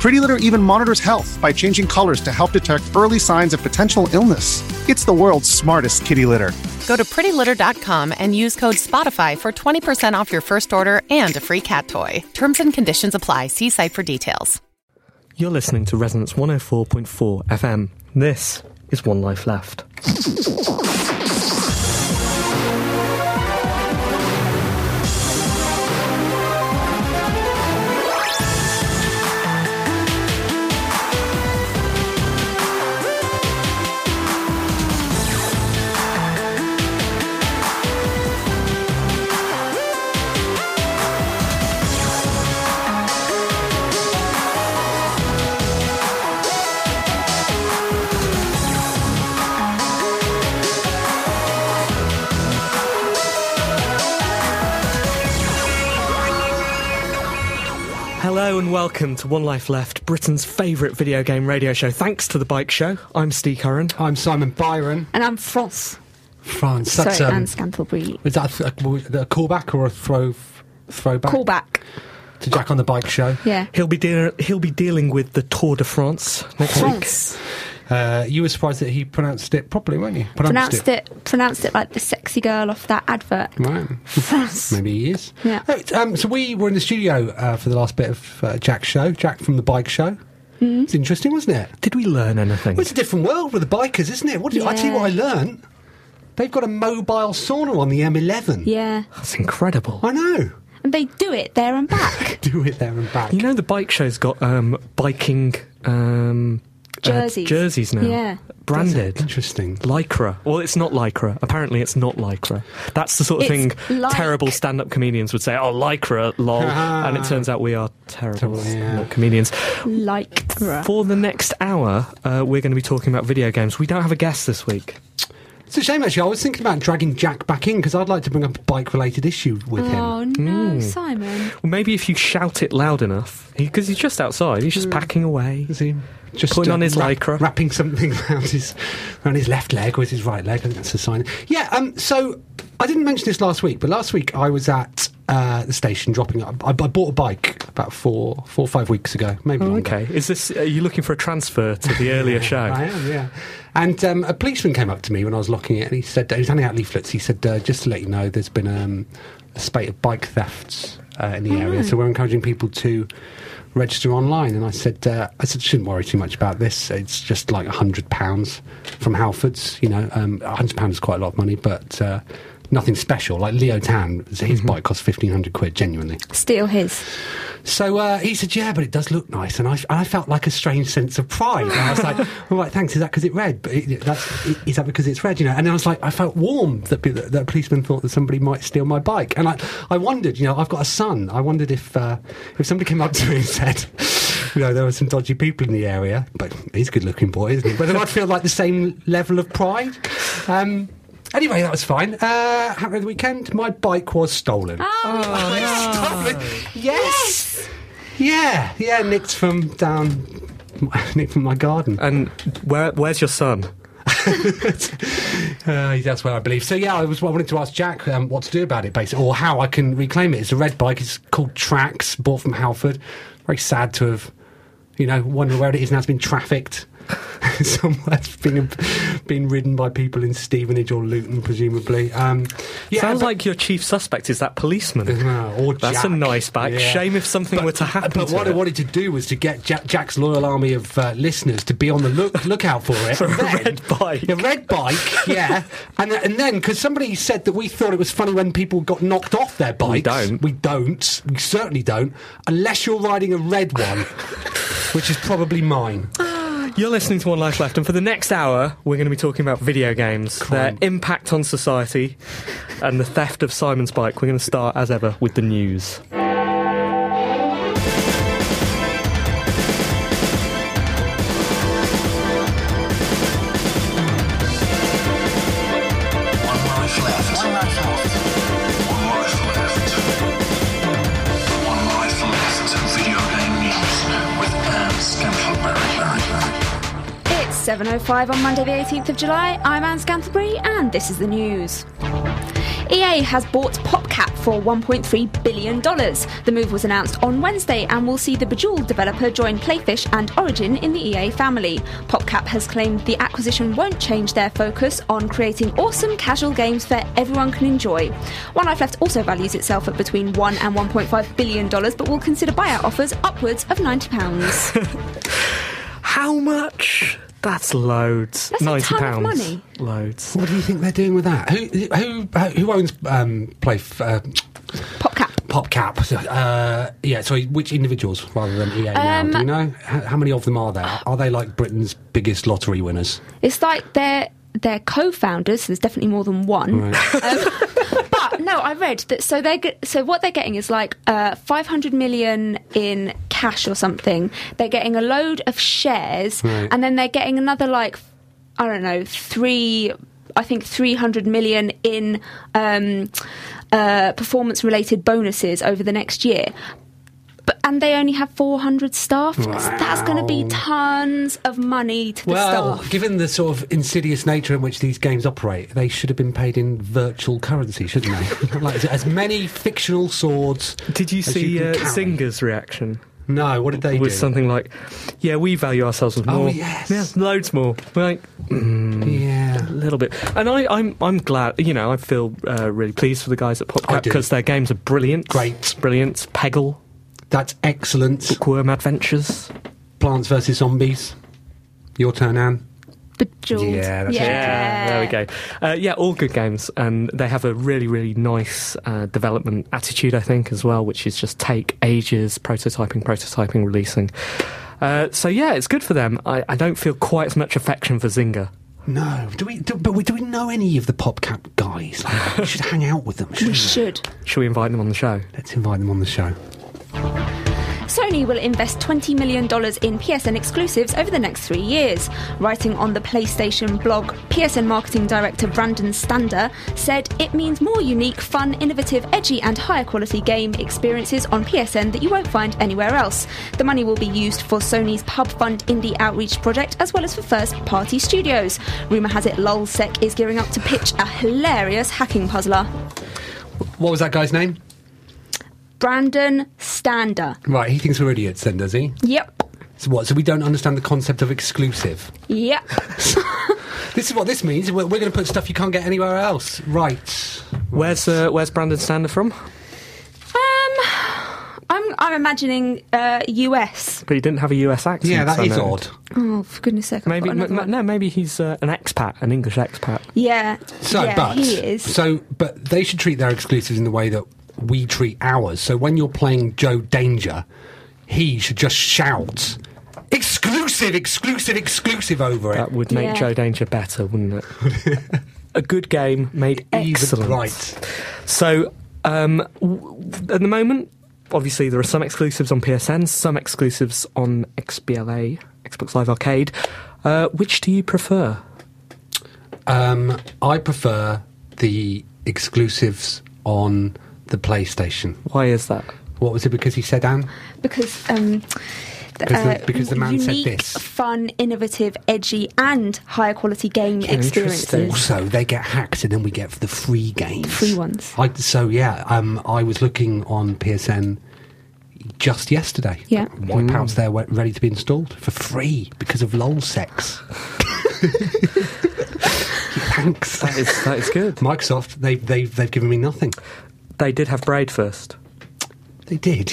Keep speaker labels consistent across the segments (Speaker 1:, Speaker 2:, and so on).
Speaker 1: Pretty Litter even monitors health by changing colors to help detect early signs of potential illness. It's the world's smartest kitty litter.
Speaker 2: Go to prettylitter.com and use code Spotify for 20% off your first order and a free cat toy. Terms and conditions apply. See site for details.
Speaker 3: You're listening to Resonance 104.4 FM. This is One Life Left. Hello and welcome to One Life Left, Britain's favourite video game radio show. Thanks to The Bike Show. I'm Steve Curran.
Speaker 4: I'm Simon Byron.
Speaker 5: And I'm France.
Speaker 4: France.
Speaker 5: Sorry,
Speaker 4: That's um,
Speaker 5: Anne Scantlebury.
Speaker 4: is that a, a, a callback or a throw throwback
Speaker 5: Callback.
Speaker 4: to Jack on the Bike show?
Speaker 5: Yeah.
Speaker 3: He'll be deal he'll be dealing with the Tour de France next week.
Speaker 5: France.
Speaker 4: Uh, you were surprised that he pronounced it properly, weren't you?
Speaker 5: Pronounced it. Pronounced it like the sexy girl off that advert.
Speaker 4: Right.
Speaker 5: France.
Speaker 4: Maybe he is.
Speaker 5: Yeah.
Speaker 4: No, it's, um, so we were in the studio uh, for the last bit of uh, Jack's show, Jack from the Bike Show.
Speaker 5: Mm-hmm.
Speaker 4: It's interesting, wasn't it?
Speaker 3: Did we learn anything?
Speaker 4: Well, it's a different world with the bikers, isn't it? What did I tell you
Speaker 5: Yeah.
Speaker 4: what I learned? They've got a mobile sauna on the M11.
Speaker 5: Yeah.
Speaker 3: That's incredible.
Speaker 4: I know.
Speaker 5: And they do it there and back.
Speaker 4: Do it there and back.
Speaker 3: You know the Bike Show's got um, biking um, uh,
Speaker 5: Jerseys.
Speaker 3: jerseys now.
Speaker 5: Yeah.
Speaker 3: Branded.
Speaker 4: Interesting.
Speaker 3: Lycra. Well, it's not Lycra. Apparently, it's not Lycra. That's the sort of
Speaker 5: It's
Speaker 3: thing
Speaker 5: like-
Speaker 3: terrible stand up comedians would say, oh, Lycra, lol.
Speaker 4: Ah.
Speaker 3: and it turns out we are terrible
Speaker 4: Terrible,
Speaker 3: stand up
Speaker 4: yeah.
Speaker 3: comedians.
Speaker 5: like.
Speaker 3: For the next hour, uh, we're going to be talking about video games. We don't have a guest this week.
Speaker 4: It's a shame, actually. I was thinking about dragging Jack back in because I'd like to bring up a bike related issue with him. Mm.
Speaker 5: Oh no, Simon.
Speaker 3: Well, maybe if you shout it loud enough, because he's just outside, he's
Speaker 5: Hmm.
Speaker 3: just packing away.
Speaker 4: Is he just uh,
Speaker 3: Putting on his lycra.
Speaker 4: wrapping something around his around his left leg or is his right leg? I think that's a sign. Yeah. Um. So I didn't mention this last week, but last week I was at uh, the station dropping. I, I bought a bike about four, four or five weeks ago, maybe. longer.
Speaker 3: Oh, Okay, is this? Are you looking for a transfer to the earlier show?
Speaker 4: I am, yeah. And um, a policeman came up to me when I was locking it, and he said he was handing out leaflets. He said, uh, "Just to let you know, there's been um, a spate of bike thefts uh, in the
Speaker 3: Oh,
Speaker 4: area, so we're encouraging people to register online." And I said, uh, "I said shouldn't worry too much about this. It's just like hundred pounds from Halfords. You know, um, hundred pounds is quite a lot of money, but." Uh, Nothing special. Like Leo Tan, his bike cost fifteen hundred quid. Genuinely,
Speaker 5: Steal his.
Speaker 4: so uh, he said, "Yeah, but it does look nice," and I, and I felt like a strange sense of pride. And I was like, "All right, thanks. Is that because it's red? But it, that's i- is that because it's red? You know?" And I was like, I felt warm that, pe- that a policeman thought that somebody might steal my bike, and I, I wondered, you know, I've got a son. I wondered if uh, if somebody came up to me and said. You know, there were some dodgy people in the area, but he's a good looking boy, isn't he? Whether I'd feel like the same level of pride. Um, anyway, that was fine. Uh, happened over the weekend. My bike was stolen. Oh, Yes. Yeah, yeah, nicked from down, nicked from my garden.
Speaker 3: And where, where's your son?
Speaker 4: Uh, that's where I believe. So yeah, I was. I wanted to ask Jack um, what to do about it, basically, or how I can reclaim it. It's a red bike. It's called Tracks, bought from Halford. Very sad to have, you know, wonder where it is now. It's been trafficked. somewhere's being being ridden by people in Stevenage or Luton, presumably. Um, yeah,
Speaker 3: Sounds
Speaker 4: but-
Speaker 3: like your chief suspect is that policeman.
Speaker 4: Well, or
Speaker 3: That's
Speaker 4: Jack.
Speaker 3: a nice back.
Speaker 4: Yeah.
Speaker 3: Shame if something were to happen.
Speaker 4: But
Speaker 3: to
Speaker 4: what
Speaker 3: it.
Speaker 4: I wanted to do was to get Jack, Jack's loyal army of uh, listeners to be on the look lookout for it.
Speaker 3: For a
Speaker 4: And then-
Speaker 3: red bike.
Speaker 4: A red bike, yeah. and th- and then because somebody said that we thought it was funny when people got knocked off their bikes.
Speaker 3: don't.
Speaker 4: We don't. We certainly don't. Unless you're riding a red one, which is probably mine.
Speaker 3: You're listening to One Life Left, and for the next hour, we're going to be talking about video games, their impact on society, and the theft of Simon's bike. We're going to start, as ever, with the news.
Speaker 6: One life left. One life left. One life left. One life left. Video game news with Anne Scantleberry.
Speaker 5: It's 7.05 on Monday the 18th of July. I'm Anne Scantlebury and this is the news. EA has bought PopCap for $1.3 billion. The move was announced on Wednesday and will see the Bejeweled developer join Playfish and Origin in the EA family. PopCap has claimed the acquisition won't change their focus on creating awesome casual games that everyone can enjoy. One Life Left also values itself at between 1 and $1.5 billion, but will consider buyout offers upwards of £90.
Speaker 3: How much? That's loads.
Speaker 5: That's a
Speaker 3: Ninety
Speaker 5: ton of
Speaker 3: pounds.
Speaker 5: money.
Speaker 3: Loads.
Speaker 4: What do you think they're doing with that? Who who who owns um, play f- uh,
Speaker 5: PopCap.
Speaker 4: PopCap? Uh, yeah, sorry, which individuals rather than EA now?
Speaker 5: Um,
Speaker 4: Do you know how, how many of them are there? Are they like Britain's biggest lottery winners?
Speaker 5: It's like they're they're co-founders. So there's definitely more than one. Um, but no, I read that. So they get- so what they're getting is like uh, 500 million in cash or something. They're getting a load of shares,
Speaker 4: Right.
Speaker 5: and then they're getting another like I don't know three. I think 300 million in um, uh, performance-related bonuses over the next year. But, and they only have 400 staff. That's going to be
Speaker 4: Wow.
Speaker 5: tons of money to the
Speaker 4: Well,
Speaker 5: staff.
Speaker 4: given the sort of insidious nature in which these games operate, they should have been paid in virtual currency, shouldn't they? like as many fictional swords.
Speaker 3: Did you
Speaker 4: as
Speaker 3: see
Speaker 4: can
Speaker 3: uh,
Speaker 4: carry.
Speaker 3: Zinger's reaction?
Speaker 4: No, what did they do?
Speaker 3: was something like, "Yeah, we value ourselves with
Speaker 4: Oh,
Speaker 3: more.
Speaker 4: yes.
Speaker 3: Yeah, loads more. Like "Hmm,
Speaker 4: Yeah.
Speaker 3: a little bit." And I, I'm, I'm glad. You know, I feel uh, really pleased for the guys at
Speaker 4: I
Speaker 3: PopCap
Speaker 4: do.
Speaker 3: because their games are brilliant.
Speaker 4: Great.
Speaker 3: brilliant. Peggle,
Speaker 4: That's excellent.
Speaker 3: Bookworm Adventures.
Speaker 4: Plants versus Zombies. Your turn, Anne.
Speaker 5: Bejeweled.
Speaker 4: Yeah, that's it.
Speaker 5: yeah.
Speaker 3: Yeah, there we go. Uh, yeah, all good games, and they have a really, really nice uh, development attitude, I think, as well, which is just take ages prototyping, prototyping, releasing. Uh, so yeah, it's good for them. I, I don't feel quite as much affection for Zynga.
Speaker 4: No, do we? Do, but we, do we know any of the PopCap guys? Like, we should hang out with them. shouldn't
Speaker 5: We should.
Speaker 3: Shall we invite them on the show?
Speaker 4: Let's invite them on the show.
Speaker 5: Sony will invest $20 million in PSN exclusives over the next three years. Writing on the PlayStation blog, PSN marketing director Brandon Stander said, It means more unique, fun, innovative, edgy, and higher quality game experiences on PSN that you won't find anywhere else. The money will be used for Sony's Pub Fund Indie Outreach project as well as for first party studios. Rumour has it Lulsec is gearing up to pitch a hilarious hacking puzzler.
Speaker 4: What was that guy's name?
Speaker 5: Brandon Stander.
Speaker 4: Right, he thinks we're idiots, then, does he?
Speaker 5: Yep.
Speaker 4: So what? So we don't understand the concept of exclusive.
Speaker 5: Yep.
Speaker 4: This is what this means. We're, we're going to put stuff you can't get anywhere else. Right.
Speaker 3: Where's uh, Where's Brandon Stander from?
Speaker 5: Um, I'm I'm imagining uh, US.
Speaker 3: But he didn't have a US accent.
Speaker 4: Yeah, that
Speaker 3: I
Speaker 4: is
Speaker 3: know.
Speaker 4: odd.
Speaker 5: Oh, for goodness sake! I've
Speaker 3: Maybe
Speaker 5: got another
Speaker 3: m-
Speaker 5: one.
Speaker 3: m- no, maybe he's uh, an expat, an English expat.
Speaker 5: Yeah.
Speaker 4: So,
Speaker 5: yeah,
Speaker 4: but
Speaker 5: he is.
Speaker 4: so, but they should treat their exclusives in the way that we treat ours. So when you're playing Joe Danger, he should just shout exclusive, exclusive, exclusive over it.
Speaker 3: That would make
Speaker 5: Yeah.
Speaker 3: Joe Danger better, wouldn't it? a good game made
Speaker 4: Even-
Speaker 3: excellent.
Speaker 4: Right.
Speaker 3: So, um, w- at the moment, obviously there are some exclusives on PSN, some exclusives on XBLA, Xbox Live Arcade. Uh, which do you prefer?
Speaker 4: Um, I prefer the exclusives on the PlayStation.
Speaker 3: Why is that?
Speaker 4: What was it? Because he said, "Anne."
Speaker 5: because um. th-
Speaker 4: Because the- because the man said
Speaker 5: unique,
Speaker 4: this.
Speaker 5: fun, innovative, edgy, and higher quality game experiences.
Speaker 4: Also, they get hacked, and then we get the free games.
Speaker 5: Free ones.
Speaker 4: I, so yeah, um, I was looking on PSN just yesterday.
Speaker 5: Yeah.
Speaker 3: Mm.
Speaker 4: Wipeout's there there, ready to be installed for free because of lol sex. Thanks.
Speaker 3: That is that is good.
Speaker 4: Microsoft, they, they, they've given me nothing.
Speaker 3: They did have Braid first.
Speaker 4: They did.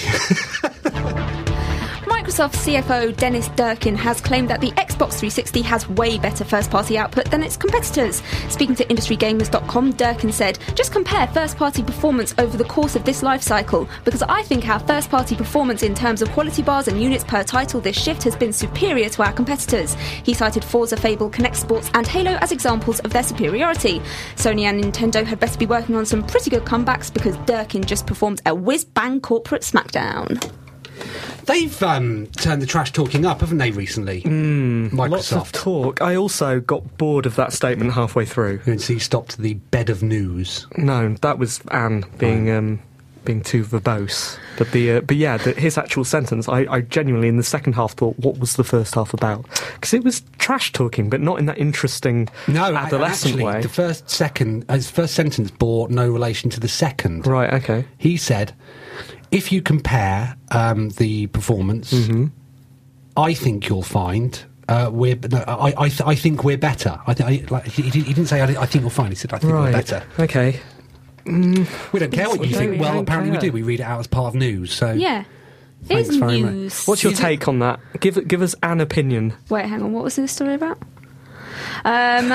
Speaker 5: Microsoft CFO Dennis Durkin has claimed that the Xbox 360 has way better first party output than its competitors. Speaking to IndustryGamers.com, Durkin said, Just compare first party performance over the course of this life cycle, because I think our first party performance in terms of quality bars and units per title this shift has been superior to our competitors. He cited Forza Fable, Connect Sports, and Halo as examples of their superiority. Sony and Nintendo had better be working on some pretty good comebacks because Durkin just performed a whiz bang corporate smackdown.
Speaker 4: they've um, turned the trash talking up, haven't they, recently?
Speaker 3: Mm.
Speaker 4: Microsoft.
Speaker 3: Lots of talk. I also got bored of that statement halfway through.
Speaker 4: and see stopped the bed of news.
Speaker 3: No, that was Anne being um, being too verbose. But the uh, but yeah, the, his actual sentence, I, I genuinely in the second half thought, what was the first half about? Because it was trash talking, but not in that interesting
Speaker 4: No, I-
Speaker 3: adolescent
Speaker 4: actually,
Speaker 3: way.
Speaker 4: the first second, uh, his first sentence bore no relation to the second.
Speaker 3: right. Okay.
Speaker 4: He said, "If you compare um, the performance,
Speaker 3: Mm-hmm.
Speaker 4: I think you'll find." Uh, we're no, I, I, th- I think we're better. I th- I, like, he, he he didn't say I, I think we're fine. He said I think we're
Speaker 3: Right.
Speaker 4: better.
Speaker 3: Okay.
Speaker 4: Mm, We don't care what
Speaker 3: We
Speaker 4: you
Speaker 3: don't-
Speaker 4: think.
Speaker 3: we
Speaker 4: Well,
Speaker 3: don't
Speaker 4: apparently we
Speaker 3: care.
Speaker 4: do. We read it out as part of news. So
Speaker 5: Yeah. It
Speaker 4: Thanks
Speaker 5: is
Speaker 4: very much.
Speaker 5: news.
Speaker 3: What's your
Speaker 4: Is it-
Speaker 3: take on that? Give give us an opinion.
Speaker 5: Wait, hang on. What was this story about? Um,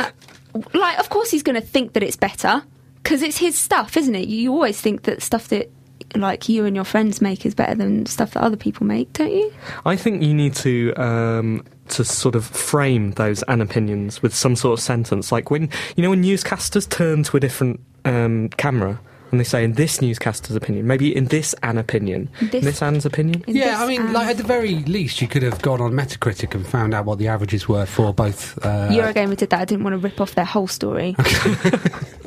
Speaker 5: like, of course he's going to think that it's better because it's his stuff, isn't it? You always think that stuff that like you and your friends make is better than stuff that other people make, don't you?
Speaker 3: I think you need to um, to sort of frame those an opinions with some sort of sentence, like when you know when newscasters turn to a different um, camera and they say, "In this newscaster's opinion," maybe in this an opinion,
Speaker 5: This-
Speaker 3: in this Anne's opinion.
Speaker 5: In
Speaker 4: Yeah,
Speaker 5: this
Speaker 4: I mean,
Speaker 5: and
Speaker 4: like at the very least, you could have gone on Metacritic and found out what the averages were for both. Uh,
Speaker 5: Eurogamer did that. I didn't want to rip off their whole story.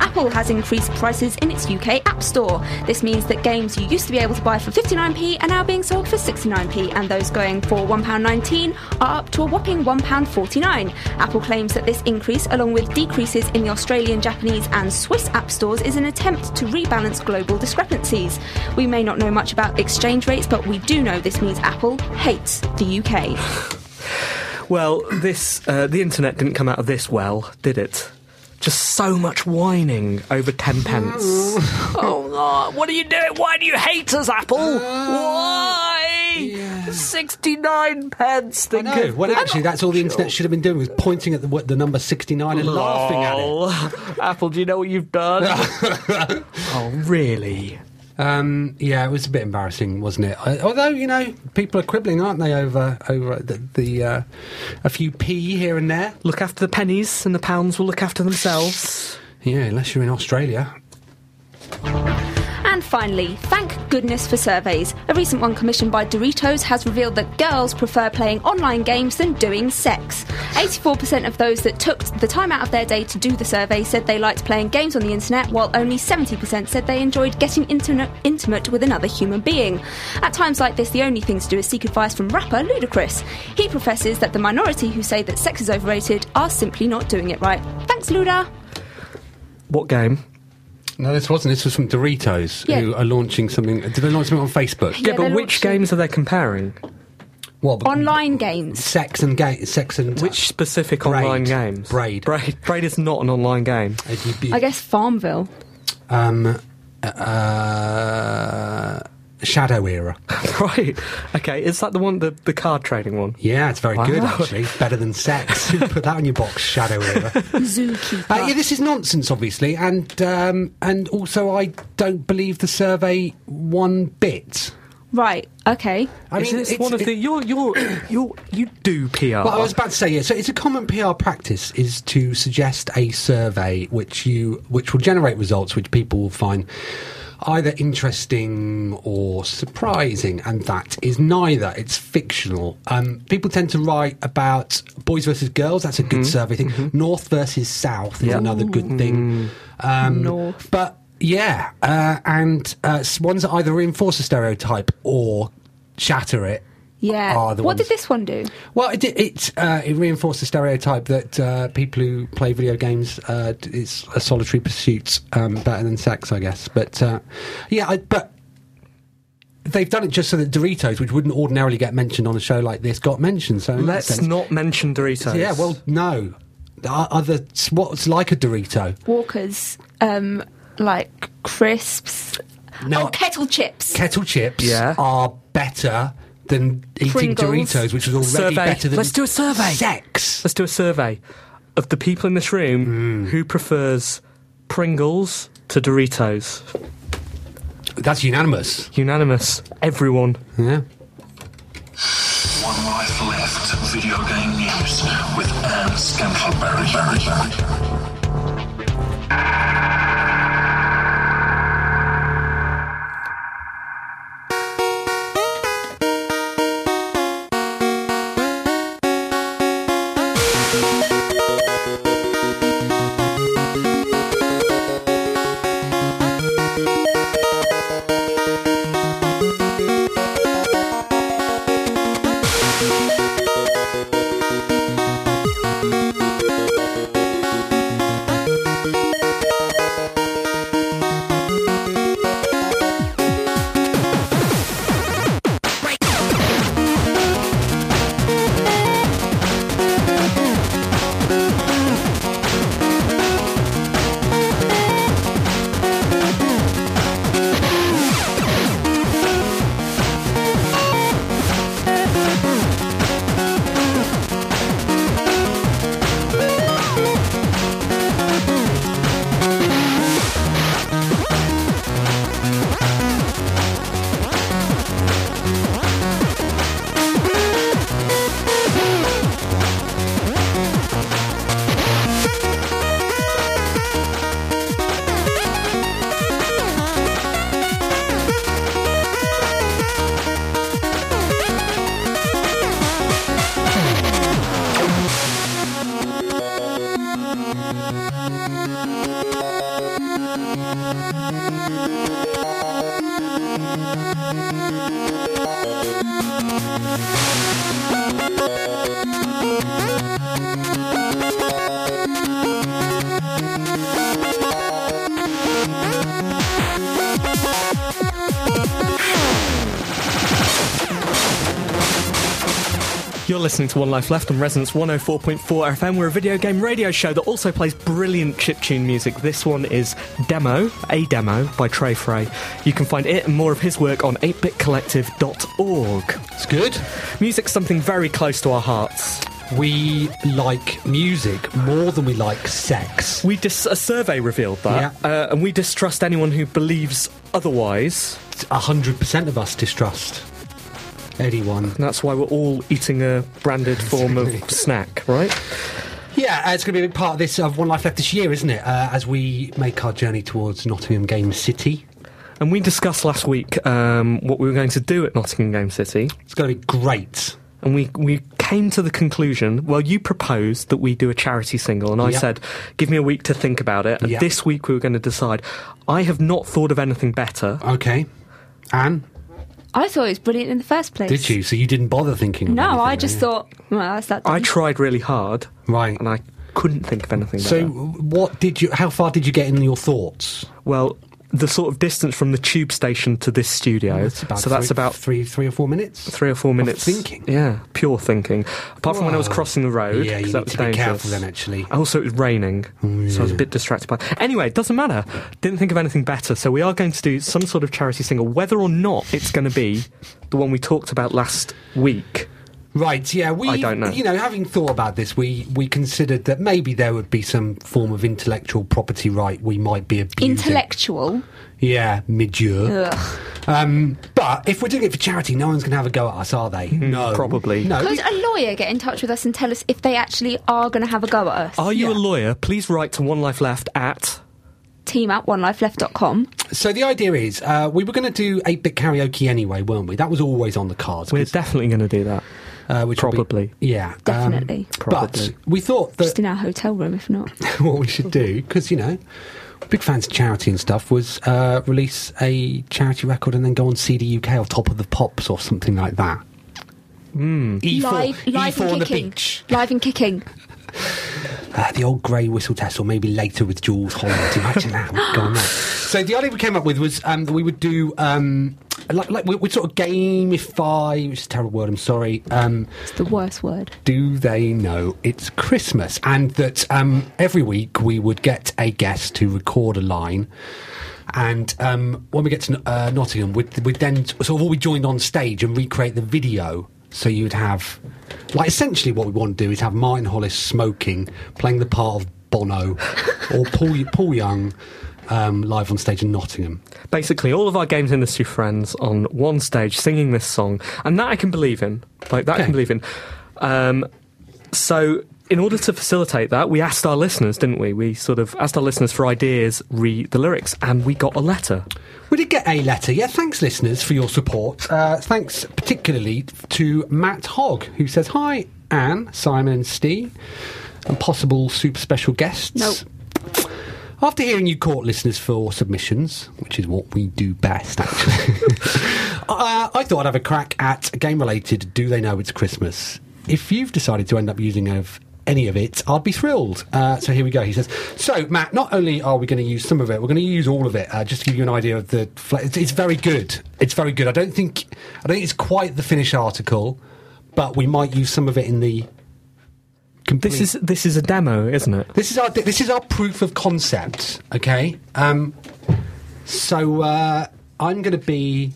Speaker 5: Apple has increased prices in its UK App Store. This means that games you used to be able to buy for 59p are now being sold for 69p, and those going for £1.19 are up to a whopping £1.49. Apple claims that this increase, along with decreases in the Australian, Japanese, and Swiss App Stores, is an attempt to rebalance global discrepancies. We may not know much about exchange rates, but we do know this means Apple hates the UK.
Speaker 3: Well, this uh, the internet didn't come out of this well, did it? Just so much whining over ten pence. oh, God, what are you doing? Why do you hate us, Apple?
Speaker 4: Oh.
Speaker 3: Why? Sixty-nine pence.
Speaker 4: I know. Well, actually, that's all the internet should have been doing was pointing at the, what, the number sixty-nine and laughing at it.
Speaker 3: at it. Apple, do you know what you've done? oh, really?
Speaker 4: Um, yeah, it was a bit embarrassing, wasn't it? I, although you know, people are quibbling, aren't they, over over the, the uh, a few p here and there.
Speaker 3: Look after the pennies, and the pounds will look after themselves.
Speaker 4: Yeah, unless you're in Australia.
Speaker 5: And finally, thank goodness for surveys. A recent one commissioned by Doritos has revealed that girls prefer playing online games than doing sex. 84% of those that took the time out of their day to do the survey said they liked playing games on the internet, while only 70% said they enjoyed getting interne- intimate with another human being. At times like this, the only thing to do is seek advice from rapper Ludacris. He professes that the minority who say that sex is overrated are simply not doing it right. Thanks, Luda!
Speaker 3: What game?
Speaker 4: No, this wasn't. This was from Doritos, who
Speaker 5: Yeah.
Speaker 4: are launching something. Did they launch something on Facebook?
Speaker 5: Yeah,
Speaker 3: Yeah, but
Speaker 5: they're
Speaker 3: which
Speaker 5: launching-
Speaker 3: games are they comparing?
Speaker 4: What? but-
Speaker 5: Online games.
Speaker 4: Sex and gay. Sex and
Speaker 3: Which specific
Speaker 4: Braid.
Speaker 3: online games?
Speaker 4: Braid.
Speaker 3: Braid. Braid is not an online game.
Speaker 4: Uh, you'd be-
Speaker 5: I guess Farmville.
Speaker 4: um, uh, Shadow Era.
Speaker 3: right. Okay. Is that the one, the, the card trading one?
Speaker 4: Yeah, it's very good
Speaker 3: Wow.
Speaker 4: actually. Better than sex. Put that on your box, Shadow Era.
Speaker 5: Zookeeper.
Speaker 4: Uh, yeah, this is nonsense, obviously, and um, and also I don't believe the survey one bit.
Speaker 5: Right. Okay.
Speaker 4: I
Speaker 3: is this
Speaker 4: it's-
Speaker 3: one of
Speaker 4: it-
Speaker 3: the you're you're you're you do PR?
Speaker 4: Well, I was about to say, yeah. So it's a common PR practice is to suggest a survey which you which will generate results which people will find either interesting or surprising, and that is neither. It's fictional. Um, people tend to write about boys versus girls. That's a good survey thing. North versus South
Speaker 3: Mm-hmm.
Speaker 4: is
Speaker 3: Yeah.
Speaker 4: another good thing. Um,
Speaker 5: North.
Speaker 4: but yeah, uh, and uh, s- ones that either reinforce a stereotype or shatter it.
Speaker 5: Yeah.
Speaker 4: Are Ah, the
Speaker 5: what
Speaker 4: ones
Speaker 5: did this one do?
Speaker 4: well, it it uh, it reinforced the stereotype that uh, people who play video games uh, d- it's a solitary pursuit um, better than sex, I guess. But uh, yeah, I, but they've done it just so that Doritos, which wouldn't ordinarily get mentioned on a show like this, got mentioned. So in that
Speaker 3: Let's
Speaker 4: sense-
Speaker 3: not mention Doritos.
Speaker 4: Yeah, well, no. There are Other what's like a Dorito?
Speaker 5: Walkers, um, like crisps.
Speaker 4: No.
Speaker 5: Oh, kettle chips.
Speaker 4: Kettle chips
Speaker 3: Yeah.
Speaker 4: are better than eating
Speaker 5: Pringles.
Speaker 4: Doritos, which was
Speaker 3: Survey.
Speaker 4: already better than
Speaker 3: Let's do a survey.
Speaker 4: Sex.
Speaker 3: Let's do a survey of the people in this
Speaker 4: Hmm.
Speaker 3: room who prefers Pringles to Doritos.
Speaker 4: That's unanimous.
Speaker 3: Unanimous. Everyone.
Speaker 4: Yeah.
Speaker 6: One Life Left Video Game News with Anne Scantleberry. Berry, Berry.
Speaker 3: You're listening to One oh Life Left on Resonance 104.4 FM. We're a video game radio show that also plays brilliant chiptune music. This one is Demo, A Demo by Trey Frey. You can find it and more of his work on 8bitcollective.org.
Speaker 4: It's good.
Speaker 3: Music's something very close to our hearts.
Speaker 4: We like music more than we like sex.
Speaker 3: We dis- a survey revealed that,
Speaker 4: Yeah.
Speaker 3: uh, and we distrust anyone who believes otherwise.
Speaker 4: A hundred percent of us distrust anyone.
Speaker 3: And that's why we're all eating a branded form of
Speaker 4: Exactly.
Speaker 3: snack, right?
Speaker 4: Yeah, uh, it's going to be a big part of this of One Life Left this year, isn't it? Uh, as we make our journey towards Nottingham Game City.
Speaker 3: And we discussed last week um, what we were going to do at Nottingham Game City.
Speaker 4: It's going to be great.
Speaker 3: and we, we came to the conclusion well you proposed that we do a charity single and i
Speaker 4: Yeah.
Speaker 3: said give me a week to think about it and
Speaker 4: Yeah.
Speaker 3: this week we were going to decide i have not thought of anything better
Speaker 4: Okay. Anne,
Speaker 5: I thought it was brilliant in the first place.
Speaker 4: did you? So you didn't bother thinking? of
Speaker 5: No,
Speaker 4: anything,
Speaker 5: I just
Speaker 4: yeah?
Speaker 5: thought, well, that's that.
Speaker 3: i
Speaker 5: done.
Speaker 3: tried really hard
Speaker 4: Right.
Speaker 3: and i couldn't think of anything
Speaker 4: So
Speaker 3: better.
Speaker 4: what did you? How far did you get in your thoughts?
Speaker 3: well the sort of distance from the tube station to this studio so that's
Speaker 4: three-
Speaker 3: about
Speaker 4: three, three or four minutes.
Speaker 3: three or four minutes
Speaker 4: thinking.
Speaker 3: yeah pure thinking apart from when i was
Speaker 4: Whoa.
Speaker 3: crossing the road
Speaker 4: Yeah,
Speaker 3: 'cause
Speaker 4: you
Speaker 3: that
Speaker 4: need
Speaker 3: was
Speaker 4: to be
Speaker 3: dangerous.
Speaker 4: careful then, actually.
Speaker 3: also it was raining so i was a bit distracted by anyway it doesn't matter didn't think of anything better so we are going to do some sort of charity single whether or not it's going to be the one we talked about last week
Speaker 4: Right, yeah, we
Speaker 3: I don't know.
Speaker 4: you know, having thought about this, we we considered that maybe there would be some form of intellectual property right we might be abusing.
Speaker 5: Intellectual.
Speaker 4: Yeah, midure.
Speaker 5: Ugh.
Speaker 4: Um but if we're doing it for charity, no one's going to have a go at us, are they? no.
Speaker 3: Hmm, probably.
Speaker 4: No.
Speaker 5: Could
Speaker 4: we-
Speaker 5: a lawyer get in touch with us and tell us if they actually are going to have a go at us?
Speaker 3: are you
Speaker 4: Yeah.
Speaker 3: a lawyer please write to one life left at
Speaker 5: Team at
Speaker 4: Um,
Speaker 5: onelifeleft.com.
Speaker 4: So the idea is uh, we were going to do 8-bit karaoke anyway, weren't we? That was always on the cards.
Speaker 3: we're
Speaker 4: 'cause,
Speaker 3: definitely going to do that
Speaker 4: uh, which would be-
Speaker 3: probably.
Speaker 4: yeah. um,
Speaker 5: Definitely.
Speaker 3: Probably.
Speaker 4: But we thought that
Speaker 5: Just in our hotel room, if not.
Speaker 4: what we should do, because you know, big fans of charity and stuff, was uh, release a charity record and then go on CD UK or Top of the Pops or something like that. E4,
Speaker 5: live live
Speaker 4: E4 E on
Speaker 5: and
Speaker 4: the
Speaker 5: kicking.
Speaker 4: beach.
Speaker 5: Live and kicking.
Speaker 4: Uh, the old grey whistle test, or maybe later with Jules Holland. Imagine that. We'd go on that. So the idea we came up with was um, that we would do um, like, like we, we sort of gamify, which is a terrible word, I'm sorry. Um,
Speaker 5: It's the worst word.
Speaker 4: do they know it's Christmas? And that um, every week we would get a guest to record a line. And um, when we get to uh, Nottingham, we'd, we'd then sort of all we joined on stage and recreate the video. So you'd have, like, essentially what we want to do is have Martin Hollis smoking, playing the part of Bono or Paul, Paul Young um, live on stage in Nottingham.
Speaker 3: Basically, all of our games industry friends on one stage singing this song, and that I can believe in. Like that I
Speaker 4: Okay.
Speaker 3: can believe in. Um, so, in order to facilitate that, we asked our listeners, didn't we? We sort of asked our listeners for ideas, read the lyrics, and we got a letter.
Speaker 4: We did get a letter. Yeah, thanks, listeners, for your support. Uh, thanks particularly to Matt Hogg, who says, Hi, Anne, Simon, and Steve, and possible super special guests.
Speaker 5: Nope.
Speaker 4: After hearing you court listeners for submissions, which is what we do best, actually, uh, I thought I'd have a crack at game related Do They Know It's Christmas? If you've decided to end up using of any of it, I'd be thrilled. Uh, so here we go, he says. So, Matt, not only are we going to use some of it, we're going to use all of it, uh, just to give you an idea of the. Fl- it's, it's very good. It's very good. I don't think I don't think it's quite the finished article, but we might use some of it in the.
Speaker 3: This is this is a demo, isn't it?
Speaker 4: This is our this is our proof of concept. Okay. Um, so uh, I'm going to be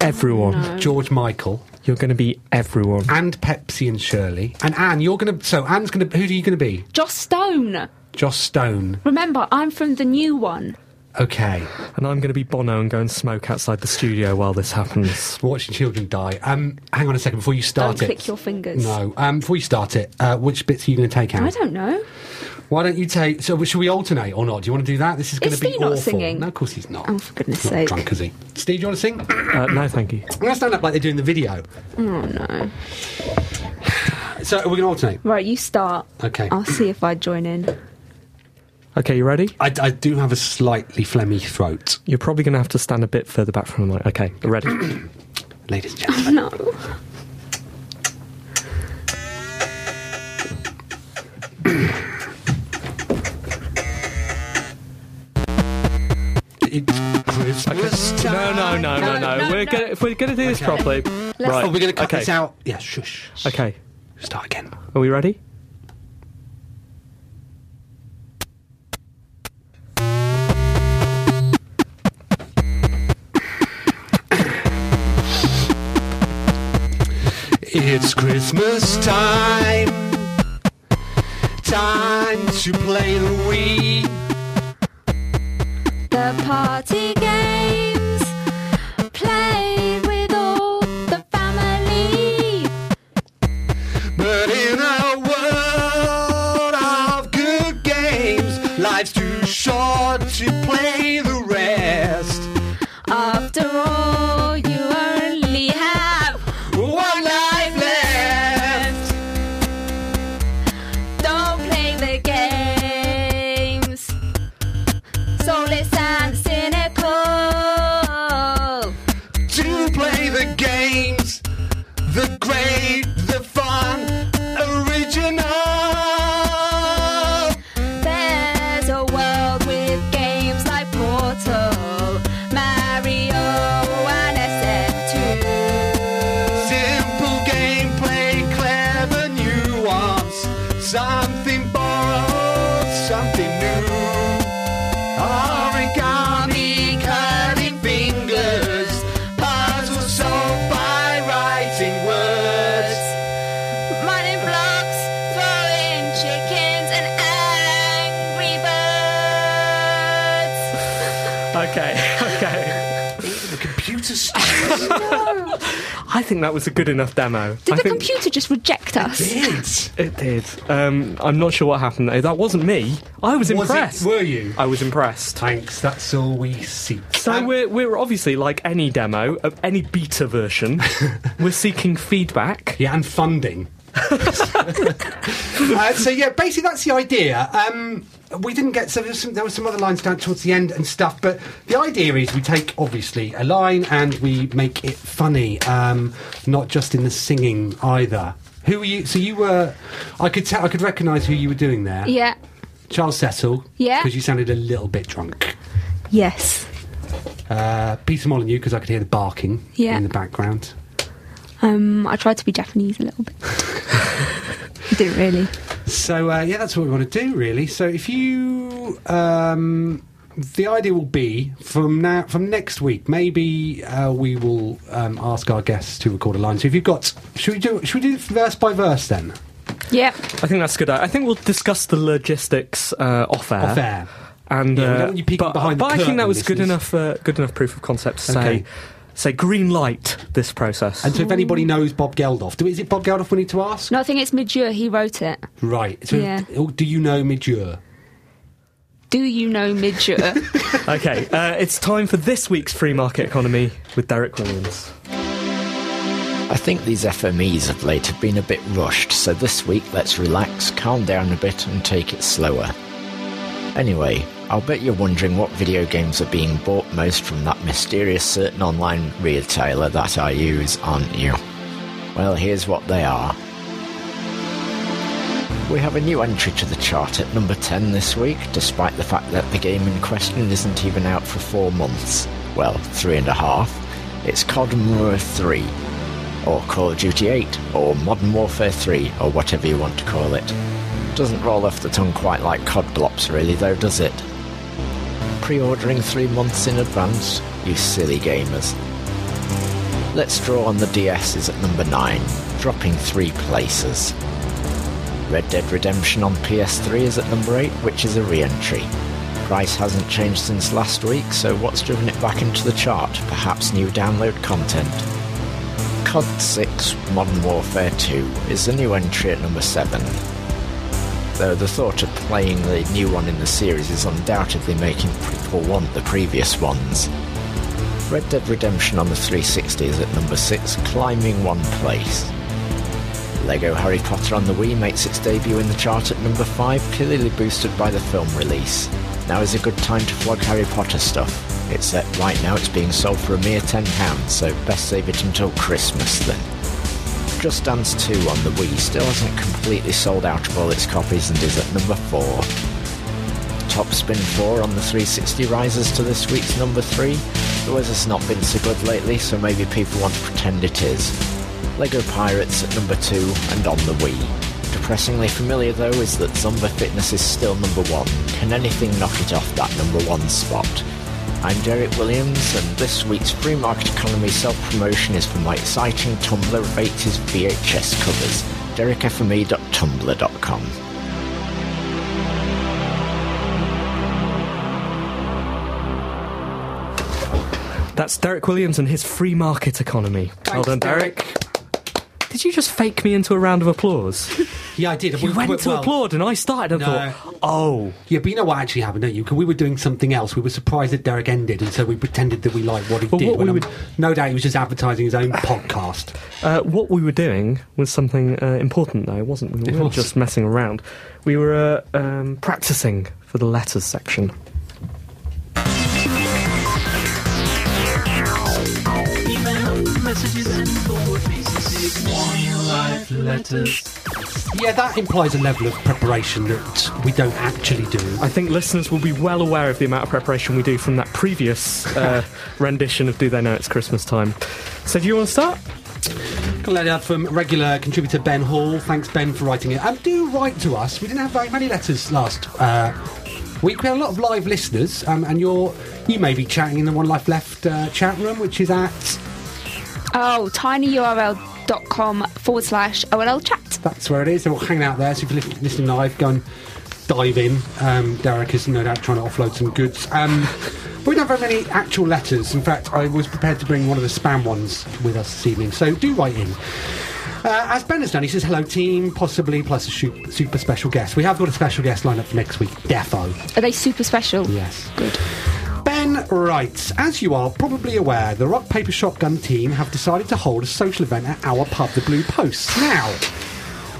Speaker 3: Everyone,
Speaker 4: George Michael
Speaker 3: you're going to be everyone.
Speaker 4: and Pepsi and Shirley and Anne. You're going to so Anne's going to who are you going to be?
Speaker 5: Joss Stone.
Speaker 4: Joss Stone.
Speaker 5: Remember, I'm from the new one.
Speaker 4: Okay.
Speaker 3: And I'm going to be Bono and go and smoke outside the studio while this happens.
Speaker 4: Watching children die. Um, hang on a second before you start
Speaker 5: Don't
Speaker 4: it.
Speaker 5: click your fingers.
Speaker 4: No. Um, before you start it, uh, which bits are you going to take out?
Speaker 5: I don't know.
Speaker 4: Why don't you take? So should we alternate or not? Do you want to do that? This is going
Speaker 5: Is
Speaker 4: to be
Speaker 5: Steve not
Speaker 4: awful.
Speaker 5: singing?
Speaker 4: No, of course he's not.
Speaker 5: Oh, for goodness
Speaker 4: He's not
Speaker 5: sake.
Speaker 4: Drunk is he? Steve, do you want to sing? I'm
Speaker 3: Uh, no, thank you.
Speaker 4: going to stand up like they do in the video.
Speaker 5: Oh, no.
Speaker 4: So we're going to alternate.
Speaker 5: Right, you start.
Speaker 4: Okay.
Speaker 5: I'll see if I join in.
Speaker 3: Okay, you ready?
Speaker 4: I, I do have a slightly phlegmy throat,
Speaker 3: You're probably going to have to stand a bit further back from the mic. Okay, ready?
Speaker 4: ladies and gentlemen.
Speaker 5: Oh, No.
Speaker 4: It's Christmas
Speaker 3: No, no, no, no, no.
Speaker 5: no,
Speaker 3: we're
Speaker 5: no.
Speaker 3: Gonna, if we're going to do this
Speaker 4: Okay.
Speaker 3: properly, right?
Speaker 4: Oh, we're going to cut
Speaker 3: okay.
Speaker 4: this out. Yeah, shush.
Speaker 3: Okay,
Speaker 4: Start again.
Speaker 3: are we ready?
Speaker 4: It's Christmas time. Time to play the Wii.
Speaker 5: The party games played with all the family.
Speaker 4: But in a world of good games, life's too short to play the rest.
Speaker 5: After all, you only have
Speaker 4: One life left.
Speaker 5: Don't play the games. Soulless and cynical.
Speaker 4: To play the games, the great, the fun, original.
Speaker 5: There's a world with games like Portal, Mario, and SF2.
Speaker 4: Simple gameplay, clever nuance. Something borrowed, something new. Origami, cutting fingers. Puzzles solved by writing words.
Speaker 5: Mining blocks, throwing chickens, and angry birds.
Speaker 3: Okay, okay.
Speaker 4: The computer stuff
Speaker 3: I think that was a good enough demo.
Speaker 5: Did
Speaker 3: I
Speaker 5: the
Speaker 3: think
Speaker 5: computer just reject us?
Speaker 4: did.
Speaker 3: It did. Um, I'm not sure what happened though. That wasn't me. I was impressed.
Speaker 4: Were you?
Speaker 3: I was impressed.
Speaker 4: Thanks, that's all we Um, see.
Speaker 3: So we're, we're obviously like any demo of any beta version, we're seeking feedback.
Speaker 4: Yeah, and funding. uh, so yeah, basically that's the idea. Um, we didn't get so there was, some, there was some other lines down towards the end and stuff, but the idea is we take obviously a line and we make it funny, um, not just in the singing either. Who were you? So you were, I could tell, I could recognise who you were doing there.
Speaker 5: Yeah.
Speaker 4: Charles Cecil.
Speaker 5: Yeah.
Speaker 4: because you sounded a little bit drunk.
Speaker 5: Yes.
Speaker 4: Uh, Peter Molyneux, because I could hear the barking
Speaker 5: Yeah.
Speaker 4: in the background.
Speaker 5: Um, I tried to be Japanese a little bit. I didn't really.
Speaker 4: So uh, yeah, that's what we want to do, really. So if you, um, the idea will be from now, from next week, maybe uh, we will um, ask our guests to record a line. So if you've got, should we do, should we do it verse by verse then?
Speaker 5: Yep.
Speaker 3: I think that's a good. I think we'll discuss the logistics uh, off air.
Speaker 4: Off air.
Speaker 3: And
Speaker 4: Yeah, we
Speaker 3: uh,
Speaker 4: don't want you peeking
Speaker 3: but,
Speaker 4: behind the
Speaker 3: but I think that
Speaker 4: curtain,
Speaker 3: was good
Speaker 4: listeners.
Speaker 3: enough. Uh, good enough proof of concept to
Speaker 4: Okay.
Speaker 3: say, say green light this process.
Speaker 4: And so if anybody knows Bob Geldof, do, is it Bob Geldof we need to ask?
Speaker 5: No, I think it's Majur. He wrote it.
Speaker 4: Right. So
Speaker 5: Yeah.
Speaker 4: oh, do you know Midure?
Speaker 5: Do you know Majur?
Speaker 3: okay, uh, it's time for this week's free market economy with Derek Williams.
Speaker 7: I think these FMEs of late have been a bit rushed, so this week let's relax, calm down a bit, and take it slower. Anyway, I'll bet you're wondering what video games are being bought most from that mysterious certain online retailer that I use, aren't you? Well, here's what they are. We have a new entry to the chart at number 10 this week, despite the fact that the game in question isn't even out for four months. Well, three and a half. It's COD Mirror 3 or Call of Duty 8, or Modern Warfare 3, or whatever you want to call it. Doesn't roll off the tongue quite like cod blops, really, though, does it? Pre ordering three months in advance? You silly gamers. Let's draw on the DS is at number 9, dropping three places. Red Dead Redemption on PS3 is at number 8, which is a re entry. Price hasn't changed since last week, so what's driven it back into the chart? Perhaps new download content. COD 6 Modern Warfare 2 is the new entry at number 7. Though the thought of playing the new one in the series is undoubtedly making people want the previous ones. Red Dead Redemption on the 360 is at number 6, climbing one place. Lego Harry Potter on the Wii makes its debut in the chart at number 5, purely boosted by the film release. Now is a good time to flog Harry Potter stuff. It's that right now it's being sold for a mere £10, so best save it until Christmas then. Just Dance 2 on the Wii still hasn't completely sold out of all its copies and is at number 4. Top Spin 4 on the 360 rises to this week's number 3. The weather's not been so good lately, so maybe people want to pretend it is. Lego Pirates at number 2 and on the Wii. Depressingly familiar though is that Zumba Fitness is still number 1. Can anything knock it off that number 1 spot? I'm Derek Williams and this week's Free Market Economy self-promotion is for my exciting Tumblr of 80s VHS covers, E derekfme.tumblr.com.
Speaker 3: That's Derek Williams and his free market economy. well done, Derek. Did you just fake me into a round of applause?
Speaker 4: Yeah, I did.
Speaker 3: You went to
Speaker 4: well,
Speaker 3: applaud and I started and
Speaker 4: No.
Speaker 3: thought, oh.
Speaker 4: Yeah, but you know what actually happened, don't you? Because we were doing something else. We were surprised that Derek ended, and so we pretended that we liked what he
Speaker 3: Well,
Speaker 4: did.
Speaker 3: what
Speaker 4: when
Speaker 3: we
Speaker 4: I'm-
Speaker 3: would-
Speaker 4: No doubt he was just advertising his own podcast.
Speaker 3: Uh, what we were doing was something uh, important, though, wasn't we? We
Speaker 4: It
Speaker 3: weren't
Speaker 4: was.
Speaker 3: just messing around. We were uh, um, practicing for the letters section.
Speaker 4: Yeah, that implies a level of preparation that we don't actually do.
Speaker 3: I think listeners will be well aware of the amount of preparation we do from that previous uh, rendition of Do They Know It's Christmas Time. So, do you want to start?
Speaker 4: Got a letter from regular contributor Ben Hall. Thanks, Ben, for writing it. And do write to us. We didn't have very many letters last uh, week. We had a lot of live listeners, um, and you're you may be chatting in the One Life Left uh, chat room, which is at
Speaker 5: oh, tinyurl.com forward slash OLL chat.
Speaker 4: that's where it is. They're all hanging out there. So if you're li- listening live, go and dive in. Um, Derek is no doubt trying to offload some goods. Um, but we don't have very many actual letters. In fact, I was prepared to bring one of the spam ones with us this evening. So do write in. Uh, as Ben has done, he says, hello team, possibly plus a su- super special guest. We have got a special guest lined up for next week, Defo.
Speaker 5: Are they super special?
Speaker 4: Yes.
Speaker 5: Good.
Speaker 4: Ben writes, as you are probably aware, the Rock Paper Shotgun team have decided to hold a social event at our pub, the Blue Post. Now,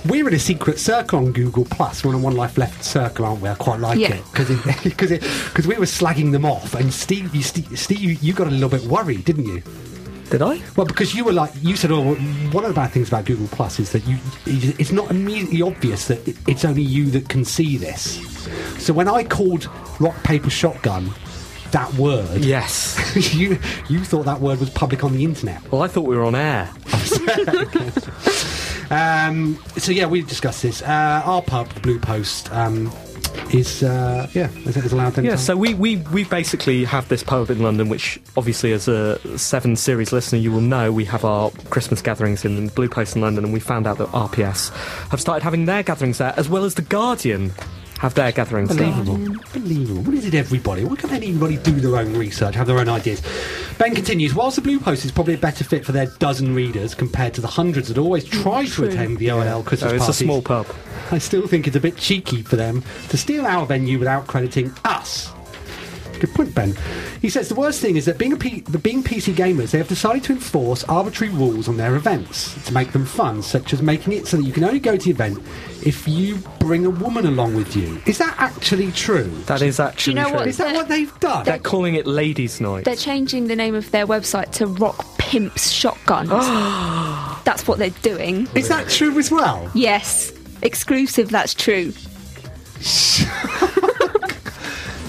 Speaker 4: we're in a secret circle on Google Plus. We're in a One Life Left circle, aren't we? I quite like
Speaker 5: Yeah.
Speaker 4: it because because because we were slagging them off, and Steve, you, Steve, Steve, you- you got a little bit worried, didn't you?
Speaker 3: Did I?
Speaker 4: Well, because you were like you said, oh, one of the bad things about Google Plus is that you it's not immediately obvious that it- it's only you that can see this. So when I called Rock Paper Shotgun that word.
Speaker 3: Yes.
Speaker 4: you you thought that word was public on the internet.
Speaker 3: Well, I thought we were on air.
Speaker 4: Um, so yeah, we've discussed this. Uh, our pub, Blue Post, um, is uh, yeah, is, is allowed them.
Speaker 3: Yeah,
Speaker 4: to-
Speaker 3: so we, we, we basically have this pub in London, which obviously, as a Seven Series listener, you will know we have our Christmas gatherings in the Blue Post in London, and we found out that RPS have started having their gatherings there, as well as The Guardian have their gatherings there.
Speaker 4: Unbelievable. Unbelievable. What is it, everybody? Why can't anybody do their own research, have their own ideas? Ben continues Whilst the Blue Post is probably a better fit for their dozen readers compared to the hundreds that always try to attend the OLL
Speaker 3: So
Speaker 4: Christmas
Speaker 3: Oh, it's a
Speaker 4: parties,
Speaker 3: small pub.
Speaker 4: I still think it's a bit cheeky for them to steal our venue without crediting us. Good point, Ben. He says the worst thing is that being, a P- that being PC gamers, they have decided to enforce arbitrary rules on their events to make them fun, such as making it so that you can only go to the event if you bring a woman along with you. Is that actually true?
Speaker 3: That is actually
Speaker 5: Do you know
Speaker 3: true.
Speaker 5: what?
Speaker 4: Is that what they've done?
Speaker 3: Ah, They're calling it Ladies' Night.
Speaker 5: They're changing the name of their website to Rock Pimps Shotguns. That's what they're doing.
Speaker 4: Is that true as well?
Speaker 5: Yes, exclusive, that's true.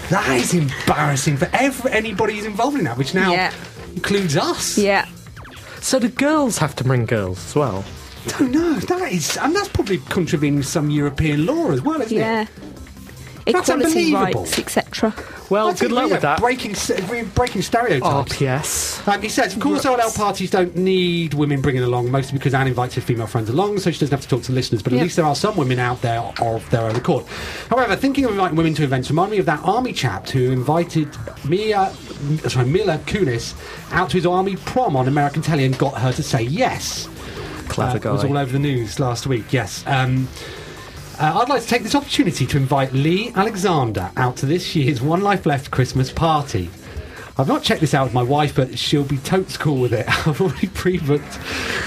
Speaker 4: That is embarrassing for every, anybody who's involved in that, which now
Speaker 5: Yeah.
Speaker 4: includes us.
Speaker 5: Yeah.
Speaker 3: So the girls have to bring girls as well.
Speaker 4: don't know. That is, and that's probably contravening some European law as well, isn't
Speaker 5: Yeah.
Speaker 4: it? That's
Speaker 5: Equality
Speaker 4: unbelievable.
Speaker 5: rights, etc.
Speaker 3: Well,
Speaker 4: I
Speaker 3: good
Speaker 4: think
Speaker 3: luck
Speaker 4: we
Speaker 3: with
Speaker 4: are
Speaker 3: that.
Speaker 4: Breaking, s- we're breaking stereotypes.
Speaker 3: Oh, RPS.
Speaker 4: Um, he says, of course, OLL parties don't need women bringing along, mostly because Anne invites her female friends along, so she doesn't have to talk to listeners. But at
Speaker 5: Yeah.
Speaker 4: least there are some women out there of their own accord. However, thinking of inviting women to events reminded me of that army chap who invited Mia, sorry, Mila Kunis out to his army prom on American telly and got her to say yes.
Speaker 3: Clever
Speaker 4: It Uh, was all
Speaker 3: guy.
Speaker 4: over the news last week, yes. Um, uh, I'd like to take this opportunity to invite Lee Alexander out to this year's One Life Left Christmas party. I've not checked this out with my wife, but she'll be totes cool with it. I've already pre booked